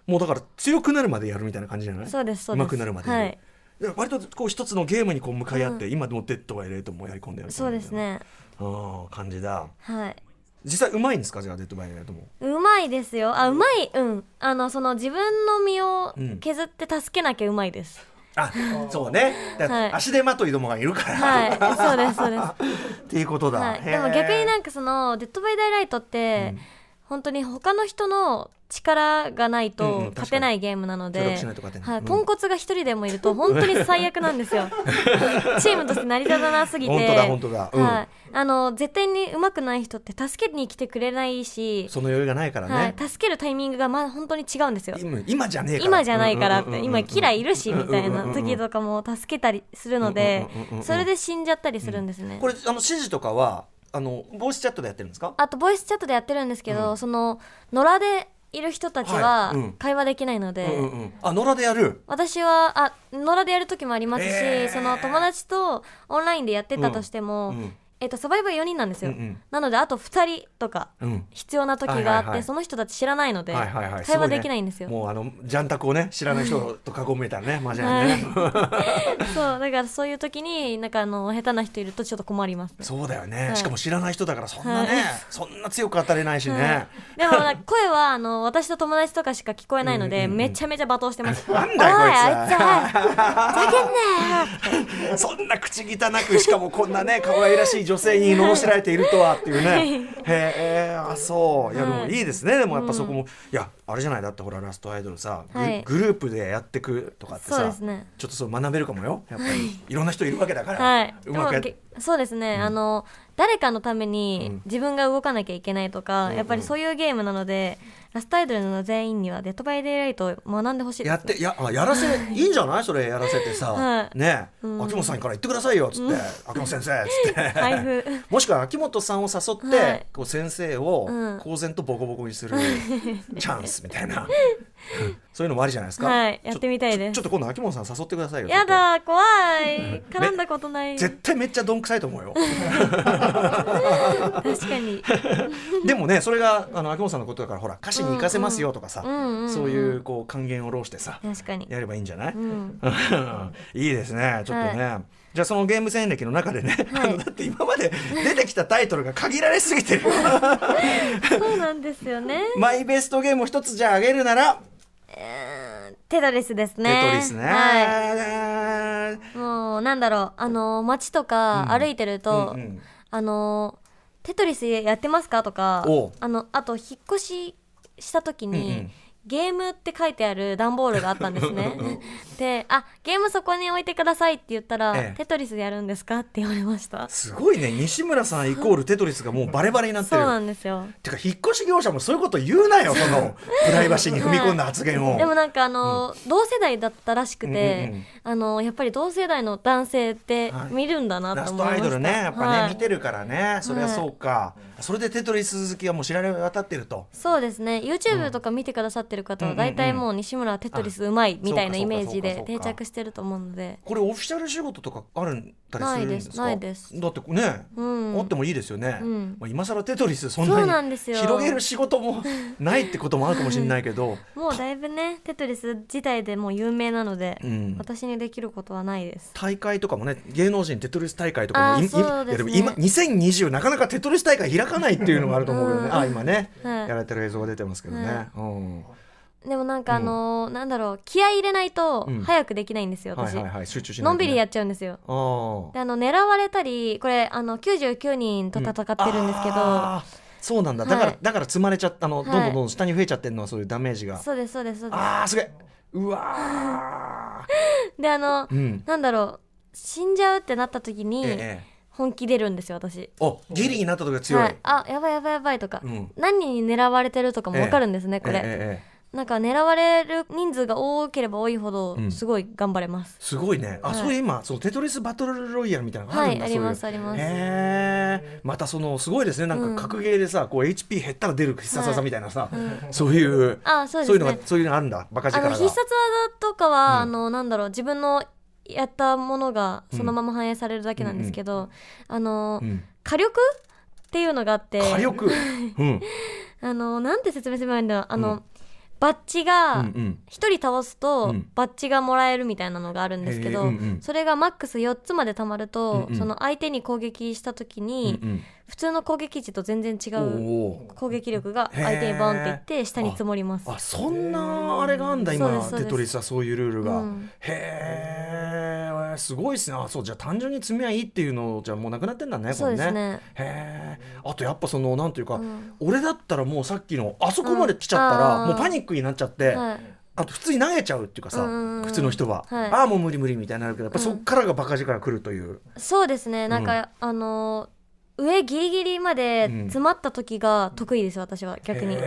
Speaker 1: もうだから強くなるまでやるみたいな感じじゃない
Speaker 3: そうですそう
Speaker 1: う
Speaker 3: です
Speaker 1: まくなるまでやる、
Speaker 3: はい
Speaker 1: だから割とこう一つのゲームにこう向かい合って、今でもデッドはエレートもやり込んでる
Speaker 3: そうですね
Speaker 1: ああ感じだ
Speaker 3: はい
Speaker 1: 実際うまいんですかじゃあデッドバイエレートも
Speaker 3: うまいですよあうまいうんあのその自分の身を
Speaker 1: うん
Speaker 3: 削って助けなきゃうま いです、
Speaker 1: あそうねだから
Speaker 3: はい
Speaker 1: 足手まといどもがいるから、
Speaker 3: はいそうですそうです
Speaker 1: っていうことだ、
Speaker 3: はい、でも逆になんかその「デッド・バイ・ダイ・ライト」って、
Speaker 1: うん
Speaker 3: 本当に他の人の力がない
Speaker 1: うんうん
Speaker 3: と勝てない
Speaker 1: 確
Speaker 3: ゲームなので、
Speaker 1: 協力しないと勝てない
Speaker 3: は
Speaker 1: う
Speaker 3: い、
Speaker 1: ん
Speaker 3: ポンコツが一人でもい ると本当に最悪なんですよ チームとして成り立たなすぎて
Speaker 1: 本当だ本当だうん
Speaker 3: はい、あの絶対に上手くない人って助けに来てくれないし、
Speaker 1: その余裕がないからね、
Speaker 3: はい、助けるタイミングがまあ本当に違うんですよ
Speaker 1: 今今じゃねえから
Speaker 3: 今じゃないからっ
Speaker 1: うんうん
Speaker 3: て
Speaker 1: うん
Speaker 3: 今キラいるしみたいな
Speaker 1: うんうんうん
Speaker 3: 時とかも助けたりするので
Speaker 1: うんうんうんうん
Speaker 3: それで死んじゃったりするんですね
Speaker 1: これあの指示とかはあのボイスチャットでやってるんですか
Speaker 3: あとボイスチャットでやってるんですけど、
Speaker 1: うん
Speaker 3: その野良でいる人たち
Speaker 1: は
Speaker 3: はい
Speaker 1: うん
Speaker 3: 会話できないので、
Speaker 1: うんうんうんあ野良でやる
Speaker 3: 私はあ野良でやる時もありますし、
Speaker 1: えー
Speaker 3: その友達とオンラインでやってたとしても、
Speaker 1: うん
Speaker 3: えっと、サバイバー4人なんですよ、
Speaker 1: うん
Speaker 3: なのであと2人とか
Speaker 1: うんうん
Speaker 3: 必要な時があって、
Speaker 1: はいはいはい
Speaker 3: その人たち知らないので、
Speaker 1: はいはいはい
Speaker 3: 会話できないんですよ
Speaker 1: もうあのジャンタクをね知らない人と囲めたらねマジで ね、
Speaker 3: そうだからそういう時になんかあの下手な人いるとちょっと困ります、ね、
Speaker 1: そうだよね、
Speaker 3: はい
Speaker 1: しかも知らない人だからそんなね、
Speaker 3: はい
Speaker 1: そんな強く当たれないしね、
Speaker 3: でもなんか声はあの私と友達とかしか聞こえないので、
Speaker 1: うんうんうん
Speaker 3: めちゃめちゃ罵倒してま す
Speaker 1: なんだよ
Speaker 3: お
Speaker 1: こい
Speaker 3: い
Speaker 1: つ
Speaker 3: あいつはふざけんなよ
Speaker 1: そんな口汚くしかもこんなね可愛らしい女性に罵られているとはっていうねへえあそういやでも
Speaker 3: はい
Speaker 1: いいですねでもやっぱそこも、いやあれじゃないだってほらラストアイドルさ、グ
Speaker 3: はい
Speaker 1: グループでやってくとかって
Speaker 3: そう
Speaker 1: さ
Speaker 3: ですね
Speaker 1: ちょっとそう学べるかもよやっぱり、い、ろんな人いるわけだから、
Speaker 3: はい、
Speaker 1: うまくやっ
Speaker 3: でもげそうですね、あの誰かのため
Speaker 1: う
Speaker 3: に
Speaker 1: ん
Speaker 3: 自分が動かなきゃいけないとか、
Speaker 1: うん
Speaker 3: やっぱりそういうゲームなのでラストアイドルの全員にはデッドバイデイライトを学んでほしいです
Speaker 1: やっていやあやらせいいんじゃないそれやらせてさ、
Speaker 3: はい
Speaker 1: ね、
Speaker 3: うん
Speaker 1: 秋元さんから言ってくださいよっつって、秋元先生っつって
Speaker 3: 配布
Speaker 1: もしくは秋元さんを誘って、
Speaker 3: はい
Speaker 1: こう先生を
Speaker 3: うん
Speaker 1: 公然とボコボコにす るチャンスみたいな、 そういうのもありじゃないですか、
Speaker 3: はいやってみたいです
Speaker 1: ちょちょっと今度秋元さん誘ってくださいよ
Speaker 3: やだー怖 い
Speaker 1: うん
Speaker 3: 絡んだことない
Speaker 1: 絶対めっちゃどんくさいと 思うよ
Speaker 3: 確か に、
Speaker 1: でもねそれがあの秋元さんのことだからほら歌詞に行かせますよとかさ、
Speaker 3: うんうんん
Speaker 1: そういうこう還元を浪してさ、
Speaker 3: 確かに、
Speaker 1: やればいいんじゃない、
Speaker 3: うん、
Speaker 1: いいですねちょっとね、じゃあそのゲーム戦歴の中でね、あのだって今まで出てきたタイトルが限られすぎ てるよ
Speaker 3: そうなんですよね
Speaker 1: マイベストゲームを一つじゃああげるなら
Speaker 3: テトリスですね
Speaker 1: テトリスね。
Speaker 3: は
Speaker 1: はい
Speaker 3: もうなんだろうあのー街とか
Speaker 1: うん
Speaker 3: 歩いてると、
Speaker 1: うんうん
Speaker 3: あのーテトリスやってますかとか
Speaker 1: おう
Speaker 3: あのあと引っ越しした時に、
Speaker 1: うんうん
Speaker 3: ゲームって書いてある段ボールがあったんで すね で「あゲームそこに置いてください」って言ったら「
Speaker 1: ええ
Speaker 3: テトリスやるんですか?」って言われました
Speaker 1: すごいね西村さんイコールテトリスがもうバレバレになって
Speaker 3: そう
Speaker 1: る。
Speaker 3: なんですよ
Speaker 1: てか引っ越し業者もそういうこと言うなよそ のプライバシーに踏み込んだ発言を。
Speaker 3: でもなんかあの、同世代だったらしくて、
Speaker 1: うんうんうん
Speaker 3: あのやっぱり同世代の男性って
Speaker 1: はい
Speaker 3: 見るんだな
Speaker 1: ラ
Speaker 3: と
Speaker 1: ス
Speaker 3: 思
Speaker 1: ト
Speaker 3: いま
Speaker 1: ア
Speaker 3: し
Speaker 1: イ
Speaker 3: た、
Speaker 1: ドルねやっぱね、
Speaker 3: はい
Speaker 1: 見てるからねそりゃそうか、それでテトリス好きはもう知られ渡ってると
Speaker 3: そうですね YouTube とか見てくださってる方は大体もう西村はテトリスうまいみたいなイメージ
Speaker 1: そう
Speaker 3: で
Speaker 1: かそう
Speaker 3: 定
Speaker 1: かそうか
Speaker 3: 着してると思うので
Speaker 1: これオフィシャル仕事とかあるんだりするんですか
Speaker 3: ないですないです
Speaker 1: だってね、
Speaker 3: うん
Speaker 1: あってもいいですよね、
Speaker 3: うん
Speaker 1: まあ、今更テトリスそん
Speaker 3: そうな
Speaker 1: なんに
Speaker 3: ですよ
Speaker 1: 広げる仕事もないってこともあるかもしれないけど、
Speaker 3: もうだいぶねテトリス自体でもう有名なので、
Speaker 1: うん
Speaker 3: 私にできることはないです
Speaker 1: 大会とかもね芸能人テトリス大会とかも
Speaker 3: あー
Speaker 1: いい
Speaker 3: そうですね
Speaker 1: いやでも今2020なかなかテトリス大会開かないっていうのがあると思うけどね、
Speaker 3: うん
Speaker 1: あ今ね、
Speaker 3: はい
Speaker 1: やられてる映像が出てますけどね、うん
Speaker 3: でもなんかあのーなんだろう気合い入れないと
Speaker 1: うん
Speaker 3: 早くできないんですよ、
Speaker 1: はい
Speaker 3: 私、
Speaker 1: はいはい集中しない
Speaker 3: のんびりや
Speaker 1: っ
Speaker 3: っちゃうんですよ
Speaker 1: あー
Speaker 3: であの狙われたりこれあの99人と戦ってるんですけど、
Speaker 1: あーそうなんだだから、
Speaker 3: はい
Speaker 1: だから積まれちゃったあの、
Speaker 3: はい
Speaker 1: どんどんどんどん下に増えちゃってるのはそういうダメージが
Speaker 3: そうですそうですそうで
Speaker 1: あーすげえうわ
Speaker 3: すであ
Speaker 1: ー
Speaker 3: の、
Speaker 1: うん
Speaker 3: なんだろう死んじゃうってなった時に、
Speaker 1: ええええ
Speaker 3: 本気出るんですよ私
Speaker 1: おギリになった時が強い、
Speaker 3: はい、あやばいやばいやばいとか、
Speaker 1: うん
Speaker 3: 何人に狙われてるとかもわかるんですね、これ、
Speaker 1: ええええ
Speaker 3: なんか狙われる人数が多ければ多いほど
Speaker 1: うん
Speaker 3: すごい頑張れます、
Speaker 1: すごいねあ、
Speaker 3: はい
Speaker 1: そういう今そのテトリスバトルロイヤルみたいなのがあ
Speaker 3: は
Speaker 1: るん
Speaker 3: い
Speaker 1: だ、
Speaker 3: あ
Speaker 1: そうい
Speaker 3: り
Speaker 1: う
Speaker 3: ますあります、
Speaker 1: へえまたそのすごいですねな
Speaker 3: うんん
Speaker 1: か格ゲーでさ、こう HP 減ったら出る必殺技みたいなさ、そういう
Speaker 3: あそう
Speaker 1: そうい
Speaker 3: です
Speaker 1: うの
Speaker 3: ね
Speaker 1: がそういうのあるんだバカ
Speaker 3: あの
Speaker 1: 力が
Speaker 3: 必殺技とかは、
Speaker 1: うん
Speaker 3: あのなんだろう自分のやったものがそのまま反映されるだけなんですけど、あの、
Speaker 1: うん
Speaker 3: 火力っていうのがあって
Speaker 1: 火 力、うん、
Speaker 3: あのなんて説明すればいいんだろうあの、
Speaker 1: うん
Speaker 3: バッジ
Speaker 1: うん
Speaker 3: が
Speaker 1: うん
Speaker 3: 一人倒すと
Speaker 1: うん
Speaker 3: バッジがもらえるみたいなのがあるんですけど、
Speaker 1: へえうんうん
Speaker 3: それがマックス4つまで貯まると、
Speaker 1: うんうん
Speaker 3: その相手に攻撃した時
Speaker 1: うん
Speaker 3: に、
Speaker 1: うん
Speaker 3: 普通の攻撃値と全然違
Speaker 1: お
Speaker 3: う
Speaker 1: おー
Speaker 3: 攻撃力が相手にバーンっていって下に積もります
Speaker 1: あそんなあれがあんだ今
Speaker 3: そうですそうで
Speaker 1: テ
Speaker 3: す
Speaker 1: トリスはそういうルールが、
Speaker 3: うん
Speaker 1: へえすごいですねあそうじゃあ単純に積みはいいっていうのじゃもうなくなってんだね
Speaker 3: そうですね
Speaker 1: これねへえあとやっぱそのなんていうか、
Speaker 3: うん
Speaker 1: 俺だったらもうさっきのあそこまで来ちゃったら、
Speaker 3: うんあー
Speaker 1: もうパニックになっちゃって、
Speaker 3: はい
Speaker 1: あと普通に投げちゃうっていうかさ、
Speaker 3: うんうんうん
Speaker 1: 普通の人は、
Speaker 3: はい
Speaker 1: ああもう無理無理みたいになるけどやっぱそっからがバカ力来るという、
Speaker 3: そうですねなんか、あの上ギリギリまで詰まった時が得意です私は逆に、
Speaker 1: へ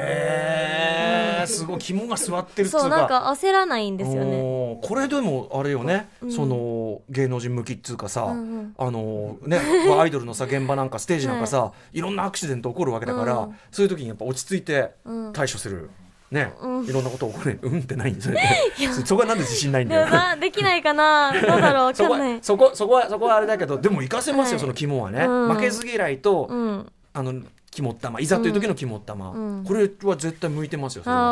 Speaker 1: えすごい肝が据わってるっつう
Speaker 3: そうなんか焦らないんですよね
Speaker 1: おーこれでもあれよね、
Speaker 3: うん
Speaker 1: その芸能人向きっつうかさ、
Speaker 3: うんうん
Speaker 1: あの ね、まあアイドルのさ現場なんかステージなんかさ、い、ろんなアクシデント起こるわけだから、
Speaker 3: うん
Speaker 1: そういう時にやっぱ落ち着いて
Speaker 3: うん
Speaker 1: 対処する、ね、
Speaker 3: うん
Speaker 1: いろんなこと起こるうんってないんです よねそこはなんで自信ないんだ
Speaker 3: でも
Speaker 1: よ
Speaker 3: なできないかなどうだろう わ
Speaker 1: そ
Speaker 3: か
Speaker 1: こ
Speaker 3: んない
Speaker 1: はそこそこはそこはあれだけどでも活かせますよ、
Speaker 3: はい
Speaker 1: その肝はね、
Speaker 3: うん
Speaker 1: 負けず嫌いと、
Speaker 3: うん
Speaker 1: あの肝っ玉いざという時の肝っ玉、
Speaker 3: うん
Speaker 1: これは絶対向いてますよそれは
Speaker 3: あ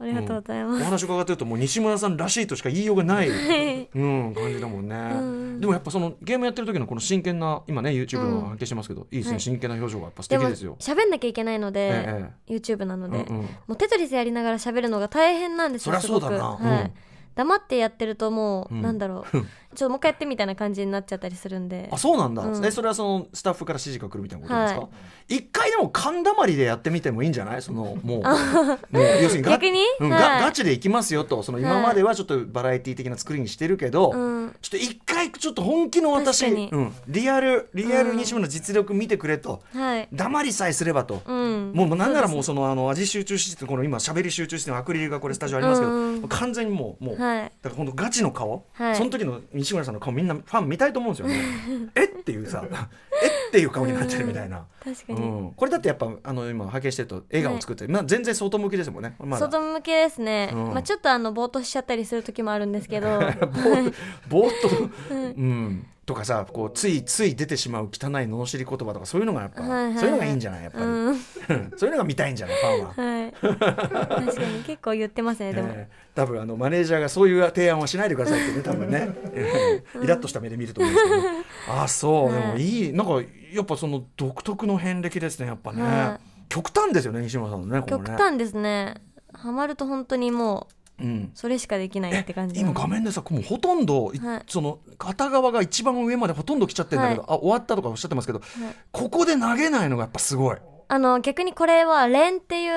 Speaker 3: ーありがとうござい
Speaker 1: お
Speaker 3: ます、
Speaker 1: 話伺ってるともう西村さんらしいとしか言いようがない、
Speaker 3: はい
Speaker 1: うん、感じだもんね、
Speaker 3: うん
Speaker 1: でもやっぱそのゲームやってる時のこの真剣な今ね YouTube
Speaker 3: う
Speaker 1: の
Speaker 3: ん
Speaker 1: 関係してますけど、いいですね、
Speaker 3: はい
Speaker 1: 真剣な表情がやっぱ素
Speaker 3: で
Speaker 1: 敵
Speaker 3: も
Speaker 1: ですよ、
Speaker 3: 喋んなきゃいけないので、
Speaker 1: え
Speaker 3: YouTube なの
Speaker 1: え
Speaker 3: で、
Speaker 1: うんうん
Speaker 3: もうテトリスやりながら喋るのが大変なんです
Speaker 1: そ
Speaker 3: よ
Speaker 1: りゃそうだな、
Speaker 3: すごくはい
Speaker 1: うん
Speaker 3: 黙ってやってるともう、
Speaker 1: うん
Speaker 3: なんだろ うちょっともう一回やってみたいな感じになっちゃったりするんで
Speaker 1: あそうなんだ、
Speaker 3: うん
Speaker 1: えそれはそのスタッフから指示が来るみたいなことですか、
Speaker 3: は
Speaker 1: 一回でも勘だまりでやってみてもいいんじゃないそのもうもう要するにガ
Speaker 3: 逆に
Speaker 1: うん
Speaker 3: は
Speaker 1: ガ
Speaker 3: い
Speaker 1: ガチでいきますよとその今まではちょっとバラエティ的な作りにしてるけど、
Speaker 3: うん
Speaker 1: ちょっと一回ちょっと本気の私、
Speaker 3: 確かに
Speaker 1: うんリアルリアル西村の実力見てくれと、
Speaker 3: はい
Speaker 1: 黙りさえすればと、
Speaker 3: うん
Speaker 1: もうなんならもうそのあの味集中してこの今喋り集中してのアクリルがこれスタジオありますけど、
Speaker 3: うん
Speaker 1: 完全にもうもう、
Speaker 3: はい
Speaker 1: だから本当ガチの顔、
Speaker 3: はい
Speaker 1: その時の西村さんの顔みんなファン見たいと思うんですよね えっていうさえっていう顔になってるみたいな、
Speaker 3: 確か
Speaker 1: う
Speaker 3: に、
Speaker 1: ん、これだってやっぱあの今拝見してると笑顔を作って、まあ、全然外向きですもんね、まだ、
Speaker 3: 外向けですね、
Speaker 1: うん
Speaker 3: まあちょっとあのぼーっとしちゃったりする時もあるんで すけど
Speaker 1: ぼーっ と、うん、とかさこうついつい出てしまう汚い罵り言葉とかそういうのがやっぱ、
Speaker 3: はいはいはい
Speaker 1: そういうのがいいんじゃないやっぱり、
Speaker 3: うん
Speaker 1: そういうのが見たいんじゃないファンは。
Speaker 3: はい確かに結構言ってますねでも、
Speaker 1: えー多分あのマネージャーがそういう提案はしないでくださいってね多分 ねえーイラッとした目で見ると思うんですけどあそう、
Speaker 3: はい
Speaker 1: でもいいなんかやっぱその独特の遍歴ですねやっぱね、
Speaker 3: は
Speaker 1: 極端ですよね西村さんのねこの
Speaker 3: 極
Speaker 1: ね
Speaker 3: 端ですねハマると本当にも
Speaker 1: うん
Speaker 3: うそれしかできないって感じ
Speaker 1: 今画面でさもうほとんど、い
Speaker 3: はい
Speaker 1: その片側が一番上までほとんど来ちゃってるんだけど、あ終わったとかおっしゃってますけど、ここで投げないのがやっぱすごい、
Speaker 3: あの逆にこれは連っていう、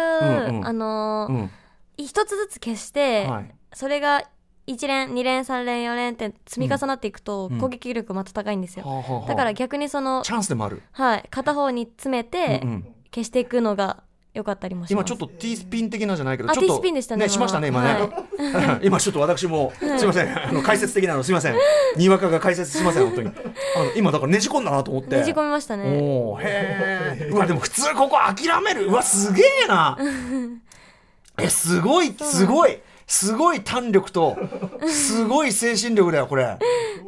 Speaker 1: んうん
Speaker 3: あの
Speaker 1: うん
Speaker 3: 一つずつ消して、
Speaker 1: はい、
Speaker 3: それが1連2連3連4連って積み重なっていくと
Speaker 1: うん
Speaker 3: 攻撃力また高いんですよ、
Speaker 1: はあはあはあ
Speaker 3: だから逆にその
Speaker 1: チ、ャンスでもある、
Speaker 3: はい、片方に詰めて
Speaker 1: うんうん
Speaker 3: 消していくのが良かったりもしま
Speaker 1: 今ち
Speaker 3: す
Speaker 1: ょっとティースピン的なんじゃないけど、
Speaker 3: あ
Speaker 1: ちょっと
Speaker 3: T スピンでしたね今
Speaker 1: しましたね今ね。 今ちょっと私もすいません、あの解説的なのすいません。にわかが解説しま せん本当に。あの今だからねじ込んだなと思って。
Speaker 3: ねじ込みましたね
Speaker 1: おおへえ。うわでも普通ここ諦める。うわすげえ な。えすごいすごいすごい胆力とすごい精神力だよこ れ。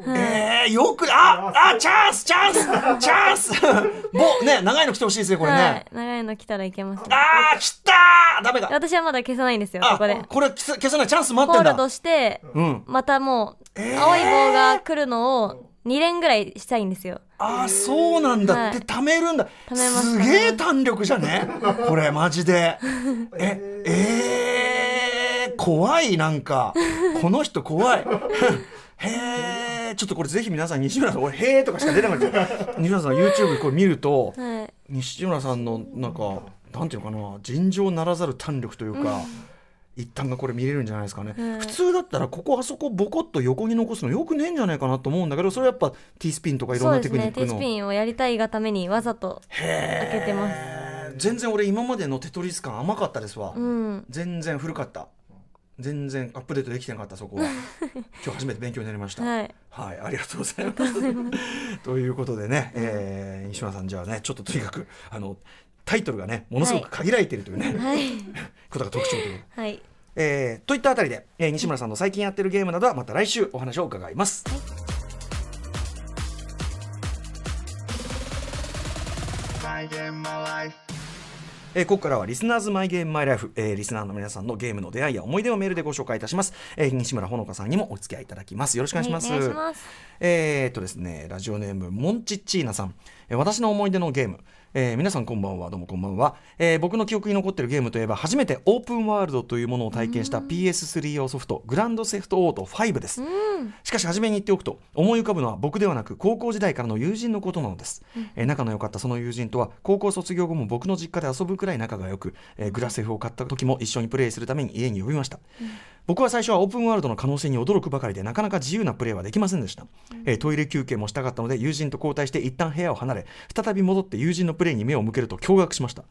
Speaker 1: えー、よくああチャンスチャンスチャンス。 ぼね長いの来てほしいですねこれね。
Speaker 3: はい、長いの来たらいけます
Speaker 1: あー、来たーダメだ
Speaker 3: 私はまだ消さないんですよ
Speaker 1: あ
Speaker 3: ここで
Speaker 1: これは消す消さないチャンス待
Speaker 3: ホ
Speaker 1: ってん
Speaker 3: ー
Speaker 1: だ
Speaker 3: ルドして
Speaker 1: うん
Speaker 3: またもう
Speaker 1: えー
Speaker 3: 青い棒が来るのを2連ぐらいしたいんですよ
Speaker 1: ああそうなんだ
Speaker 3: はい
Speaker 1: って貯めるんだ、
Speaker 3: 貯めます
Speaker 1: すげえ弾力じゃねこれマジ でええー、怖いなんかこの人怖 いへえちょっとこれぜひ皆さん西村さん俺「へえ」とかしか出なかった西村さん YouTube これ見ると
Speaker 3: はい
Speaker 1: 西村さんのなんかなんていうのかな尋常ならざる胆力というか、一旦がこれ見れるんじゃないですかね、
Speaker 3: はい
Speaker 1: 普通だったらここあそこボコッと横に残すのよくねえんじゃないかなと思うんだけどそれはやっぱティースピンとかいろ
Speaker 3: そ
Speaker 1: ん
Speaker 3: う
Speaker 1: なテ
Speaker 3: です
Speaker 1: クニ
Speaker 3: ね
Speaker 1: ッ
Speaker 3: テ
Speaker 1: ク
Speaker 3: ィー
Speaker 1: の、
Speaker 3: スピンをやりたいがためにわざと
Speaker 1: へ
Speaker 3: 開けてます
Speaker 1: え全然俺今までのテトリス感甘かったですわ、
Speaker 3: うん
Speaker 1: 全然古かった全然アップデートできてなかったそこは今日初めて勉強になりました、
Speaker 3: はい
Speaker 1: はい、ありがとうございます。ということでね、えー西村さんじゃあね、ちょっととにかくあのタイトルがね、ものすごく限られているというね、
Speaker 3: はい
Speaker 1: ことが特徴という。
Speaker 3: はい
Speaker 1: えーといったあたりで、えー西村さんの最近やってるゲームなどはまた来週お話を伺います。えーここからはリスナーズマイゲームマイライフ、えーリスナーの皆さんのゲームの出会いや思い出をメールでご紹介いたします、えー西村ほのかさんにもお付き合いいただきますよろしくお願いします,、
Speaker 3: はいお願いします
Speaker 1: えーっとですねラジオネームモンチッチーナさん、えー私の思い出のゲームえー皆さんこんばんはどうもこんばんは、えー僕の記憶に残ってるゲームといえば初めてオープンワールドというものを体験した PS3 用ソフトグランドセフトオート5ですしかし初めに言っておくと思い浮かぶのは僕ではなく高校時代からの友人のことなのです、えー仲の良かったその友人とは高校卒業後も僕の実家で遊ぶくらい仲が良く、えーグラセフを買った時も一緒にプレイするために家に呼びました、僕は最初はオープンワールドの可能性に驚くばかりでなかなか自由なプレイはできませんでした、えートイレ休憩もしたかったので友人と交代して一旦部屋を離れ再び戻って友人のプレイに目を向けると驚愕しました、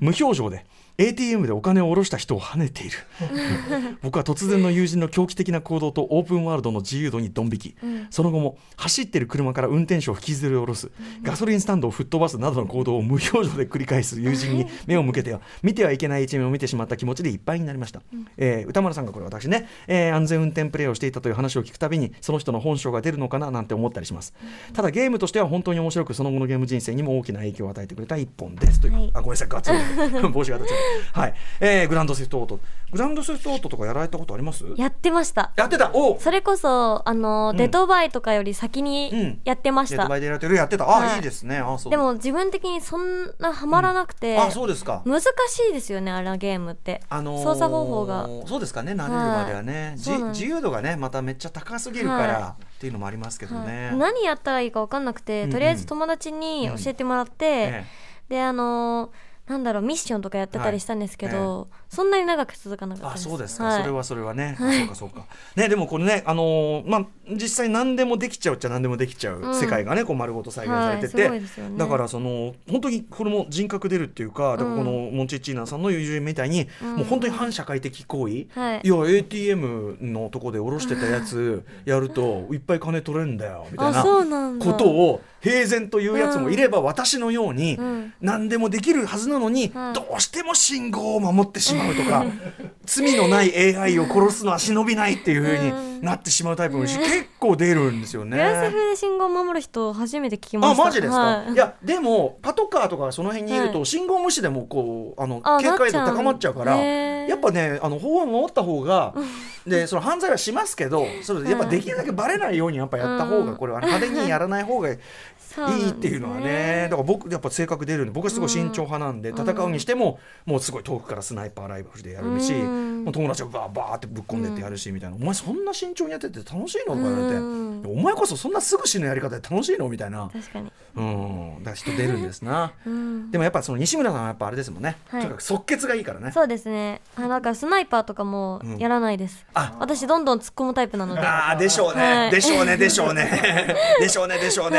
Speaker 1: 無表情で ATM でお金を下ろした人を跳ねている僕は突然の友人の狂気的な行動とオープンワールドの自由度にドン引き、
Speaker 3: うん
Speaker 1: その後も走ってる車から運転手を引きずり下ろす、ガソリンスタンドを吹っ飛ばすなどの行動を無表情で繰り返す友人に目を向けては見てはいけない一面を見てしまった気持ちでいっぱいになりました、えー歌丸さんがこれ私ね、えー安全運転プレーをしていたという話を聞くたびにその人の本性が出るのかななんて思ったりします、ただゲームとしては本当に面白くその後のゲーム人生にも大きな影響を与えてくれた一本ですという、
Speaker 3: はい
Speaker 1: あごめんなさい ガツン帽子が当たっちゃったはい、えーグランドセフトオートグランドセフトオートとかやられたことあります
Speaker 3: やってました
Speaker 1: やってたおう
Speaker 3: それこそあの、
Speaker 1: うん
Speaker 3: デトバイとかより先
Speaker 1: うん
Speaker 3: にやってまし
Speaker 1: デ
Speaker 3: た、
Speaker 1: ッドバイデイライトやってたあ、
Speaker 3: はい
Speaker 1: い、いですねあそう
Speaker 3: でも自分的にそんなハマらなくて、
Speaker 1: あそうですか
Speaker 3: 難しいですよねあのゲームって、
Speaker 1: あのー
Speaker 3: 操作方法が
Speaker 1: そうですかね慣れるまではね、
Speaker 3: い
Speaker 1: じ
Speaker 3: そうなんです
Speaker 1: 自由度がねまためっちゃ高すぎるから、
Speaker 3: は
Speaker 1: っていうのもありますけどね、
Speaker 3: はい何やったらいいか分かんなくて、
Speaker 1: うんうん
Speaker 3: とりあえず友達に教えてもらって、
Speaker 1: え
Speaker 3: であのーなんだろうミッションとかやってたりしたんですけど、そんなに長く続かなかった
Speaker 1: あ
Speaker 3: です
Speaker 1: そうですか、
Speaker 3: はい、
Speaker 1: それはそれはね、そうかそうかねでもこれねあのーまあ実際何でもできちゃうっちゃ何でもできちゃう、
Speaker 3: うん
Speaker 1: 世界がねこう丸ごと再現されてて、
Speaker 3: はいすごいですよね
Speaker 1: だからその本当にこれも人格出るっていうかだからこのモンチッチーナさんの友人みたいに、
Speaker 3: うん
Speaker 1: もう本当に反社会的行為、い
Speaker 3: はい
Speaker 1: や ATM のとこで下ろしてたやつやるといっぱい金取れんだよみたい
Speaker 3: あ
Speaker 1: な
Speaker 3: そうなんだ
Speaker 1: ことを平然というやつもいれば、私のように
Speaker 3: うん
Speaker 1: 何でもできるはずなのに、
Speaker 3: うん
Speaker 1: どうしても信号を守ってしまうとか罪のない AI を殺すのは忍びないっていうふうになってしまうタイプの人、結構出るんですよね。
Speaker 3: グランセフで信号を守る人初めて聞きま
Speaker 1: あ
Speaker 3: した
Speaker 1: マジですか、
Speaker 3: はい
Speaker 1: い、やでもパトカーとかがその辺にいると、
Speaker 3: は
Speaker 1: 信号無視でもこうあの
Speaker 3: あ
Speaker 1: 警戒度
Speaker 3: なっちゃう
Speaker 1: 高まっちゃうから
Speaker 3: へー
Speaker 1: やっぱねあの法案を守った方がでその犯罪はしますけどそれやっぱ
Speaker 3: うん
Speaker 1: できるだけバレないようにやっぱやった方が、
Speaker 3: うん
Speaker 1: これはね派手にやらない方がい
Speaker 3: そうなんで
Speaker 1: いっ
Speaker 3: す
Speaker 1: ていうのはねだから僕やっぱ性格出るんで僕はすごい慎重派なんで、
Speaker 3: うん
Speaker 1: 戦うにしてももうすごい遠くからスナイパーライフルでやるし、
Speaker 3: うん
Speaker 1: もう友達をバーバーってぶっ込んでってやるしみたいな「お前そんな慎重にやってて楽しいの?」とか言われて。
Speaker 3: うん
Speaker 1: お前こそそんなすぐ死ぬやり方で楽しいのみたいな
Speaker 3: 確かに、
Speaker 1: うん、だから人出るんですな。
Speaker 3: うん
Speaker 1: でもやっぱその西村さんはやっぱあれですもんね。
Speaker 3: はい
Speaker 1: とにかく即決がいいからね。
Speaker 3: そうですねあなんかスナイパーとかもやらないです、
Speaker 1: あ
Speaker 3: 私どんどん突っ込むタイプなので
Speaker 1: ああでしょうね、
Speaker 3: はい
Speaker 1: でしょうねでしょう ねでしょうねでしょうね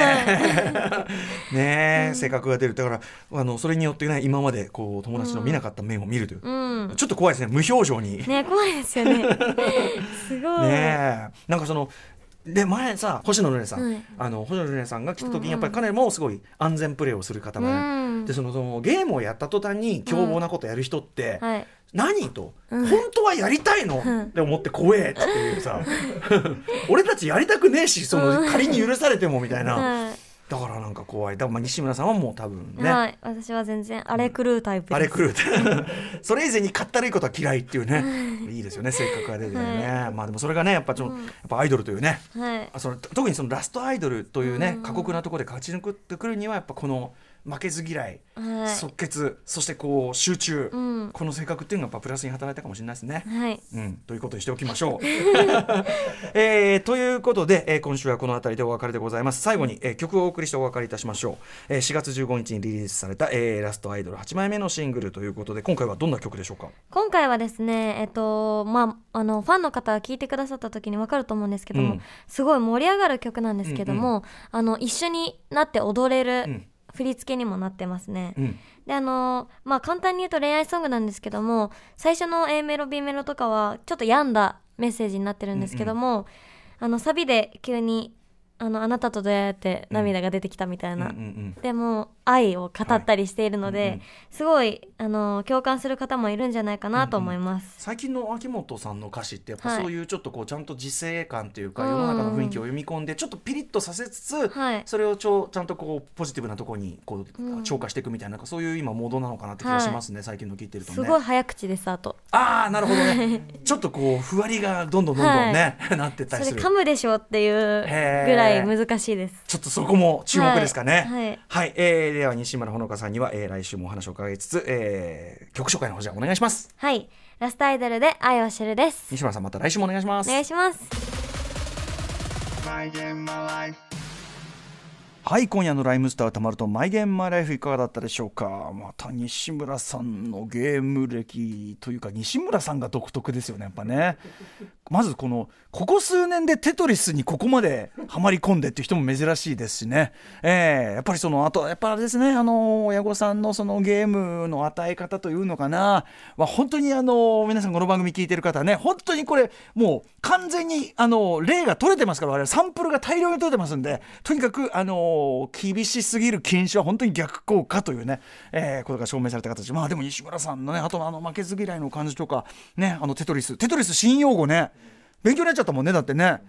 Speaker 1: ねえ、性格が出るだからあのそれによってね今までこう友達の見なかった面を見るという、
Speaker 3: うん
Speaker 1: ちょっと怖いですね無表情にね
Speaker 3: ね怖いで すよねすごい、
Speaker 1: えなんかそので前さ星野ルネさん、
Speaker 3: はい
Speaker 1: あの星野ルネさんが来た時にやっぱり彼もすごい安全プレーをする方
Speaker 3: う
Speaker 1: がね、
Speaker 3: ん
Speaker 1: でそのそのゲームをやった途端に凶暴なことやる人って、
Speaker 3: はい
Speaker 1: 何と、
Speaker 3: うん
Speaker 1: 本当はやりたいの、
Speaker 3: うん
Speaker 1: って思って怖えっていうさ 俺たちやりたくねえしその仮に許されてもみたいな、
Speaker 3: は
Speaker 1: だからなんか怖いだからまあ西村さんはもう多分
Speaker 3: い、
Speaker 1: ね、
Speaker 3: はい、私は全然荒れ狂うタイプです
Speaker 1: あれ狂うって それ以前にかったるいことは嫌いっていうねいいですよね性格が出てね、まあでもそれがねやっぱちょ、やっぱアイドルというね
Speaker 3: はい
Speaker 1: あその特にそのラストアイドルというね、
Speaker 3: うん
Speaker 1: 過酷なところで勝ち抜くってくるにはやっぱこの負けず嫌い、
Speaker 3: はい
Speaker 1: 即決そしてこう集中、
Speaker 3: うん
Speaker 1: この性格っていうのがやっぱプラスに働いたかもしれないですね。
Speaker 3: はい
Speaker 1: うん、ということにしておきましょう。 えーということで、えー今週はこの辺りでお別れでございます。最後に、えー曲をお送りしてお別れいたしましょう。えー4月15日にリリースされた、えーラストアイドル8枚目のシングルということで今回はどんな曲でしょうか
Speaker 3: 今回はですねえっとまああのファンの方が聞いてくださった時に分かると思うんですけども、
Speaker 1: うん
Speaker 3: すごい盛り上がる曲なんですけども、
Speaker 1: うん
Speaker 3: あの一緒になって踊れ
Speaker 1: う
Speaker 3: る
Speaker 1: ん
Speaker 3: 振り付けにもなってますね、
Speaker 1: うん
Speaker 3: であのまあ簡単に言うと恋愛ソングなんですけども最初の A メロ B メロとかはちょっと病んだメッセージになってるんですけども、あのサビで急にあの「あなたと出会えて涙が出てきた」みたい
Speaker 1: うんう
Speaker 3: な、
Speaker 1: ん
Speaker 3: でも愛を語ったりしているので、
Speaker 1: はいうんうん
Speaker 3: すごいあの共感する方もいるんじゃないかなと思います。
Speaker 1: 最近の秋元さんの歌詞ってやっ
Speaker 3: は
Speaker 1: ぱ
Speaker 3: い
Speaker 1: そういうちょっとこうちゃんと自制感というか、
Speaker 3: うん
Speaker 1: 世の中の雰囲気を読み込んでちょっとピリッとさせつつ、
Speaker 3: はい
Speaker 1: それをちょちゃんとこうポジティブなところにこう、
Speaker 3: うん
Speaker 1: 超過していくみたいななんかそういう今モードなのかなって気がしますね、最近の聞いてるとね。
Speaker 3: すごい早口ですあと
Speaker 1: ああなるほどねちょっとこうふわりがどんどんどんどんね、 なってった
Speaker 3: そ
Speaker 1: り
Speaker 3: れ
Speaker 1: する
Speaker 3: 噛むでしょっていうぐ
Speaker 1: へー
Speaker 3: らい難しいです
Speaker 1: ちょっとそこも注目ですかね
Speaker 3: はいはい
Speaker 1: はいえーでは西村ほのかさんには、えー来週もお話を伺いつつ、えー曲紹介の方じゃあお願いします
Speaker 3: はいラストアイドルで愛を知るです
Speaker 1: 西村さんまた来週もお願いします
Speaker 3: お願いします
Speaker 1: ははい今夜の「ライムスターたまるとマイゲームマイライフ」いかがだったでしょうかまた西村さんのゲーム歴というか西村さんが独特ですよねやっぱねまずこのここ数年でテトリスにここまではまり込んでっていう人も珍しいですしね、えーやっぱりそのあとやっぱあれですねあの親御さんのそのゲームの与え方というのかな、まあ、本当にあの皆さんこの番組聞いてる方ね本当にこれもう完全にあの例が取れてますから我々サンプルが大量に取れてますんでとにかくあの厳しすぎる禁止は本当に逆効果というね、えーことが証明された形まあでも西村さんのねあとあの負けず嫌いの感じとかねあのテトリステトリス新用語ね勉強になっちゃったもんねだってね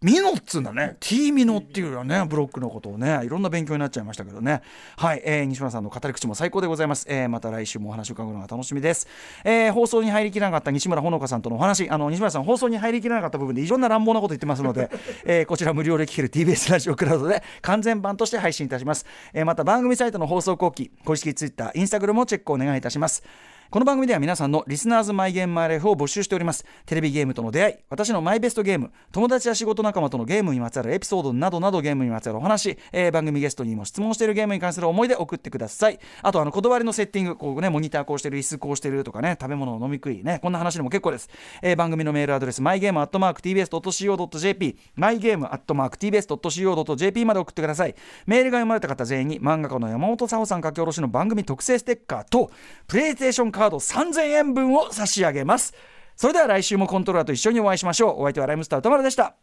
Speaker 1: ミノっつうんだね T ミノっていうのはねブロックのことをねいろんな勉強になっちゃいましたけどねはい、えー西村さんの語り口も最高でございます、えーまた来週もお話を伺うのが楽しみです、えー放送に入りきらなかった西村ほのかさんとのお話あの西村さん放送に入りきらなかった部分でいろんな乱暴なこと言ってますので、えーこちら無料で聴ける TBS ラジオクラウドで完全版として配信いたします、えーまた番組サイトの放送後期公式 Twitter インスタグラムもチェックお願いいたしますこの番組では皆さんのリスナーズマイゲームマイライフを募集しております。テレビゲームとの出会い、私のマイベストゲーム、友達や仕事仲間とのゲームにまつわるエピソードなどなどゲームにまつわるお話、えー番組ゲストにも質問しているゲームに関する思い出送ってください。あと、あの、こだわりのセッティング、こうね、モニターこうしてる、椅子こうしてるとかね、食べ物の飲み食いね、こんな話でも結構です。えー番組のメールアドレス、mygame.tbs.co.jp、mygame.tbs.co.jp まで送ってください。メールが読まれた方全員に、漫画家の山本沙穂さん書き下ろしの番組特製ステッカーと、プレイステーションカード3000円分を差し上げます。それでは来週もコントローラーと一緒にお会いしましょう。お相手はライムスター歌丸でした。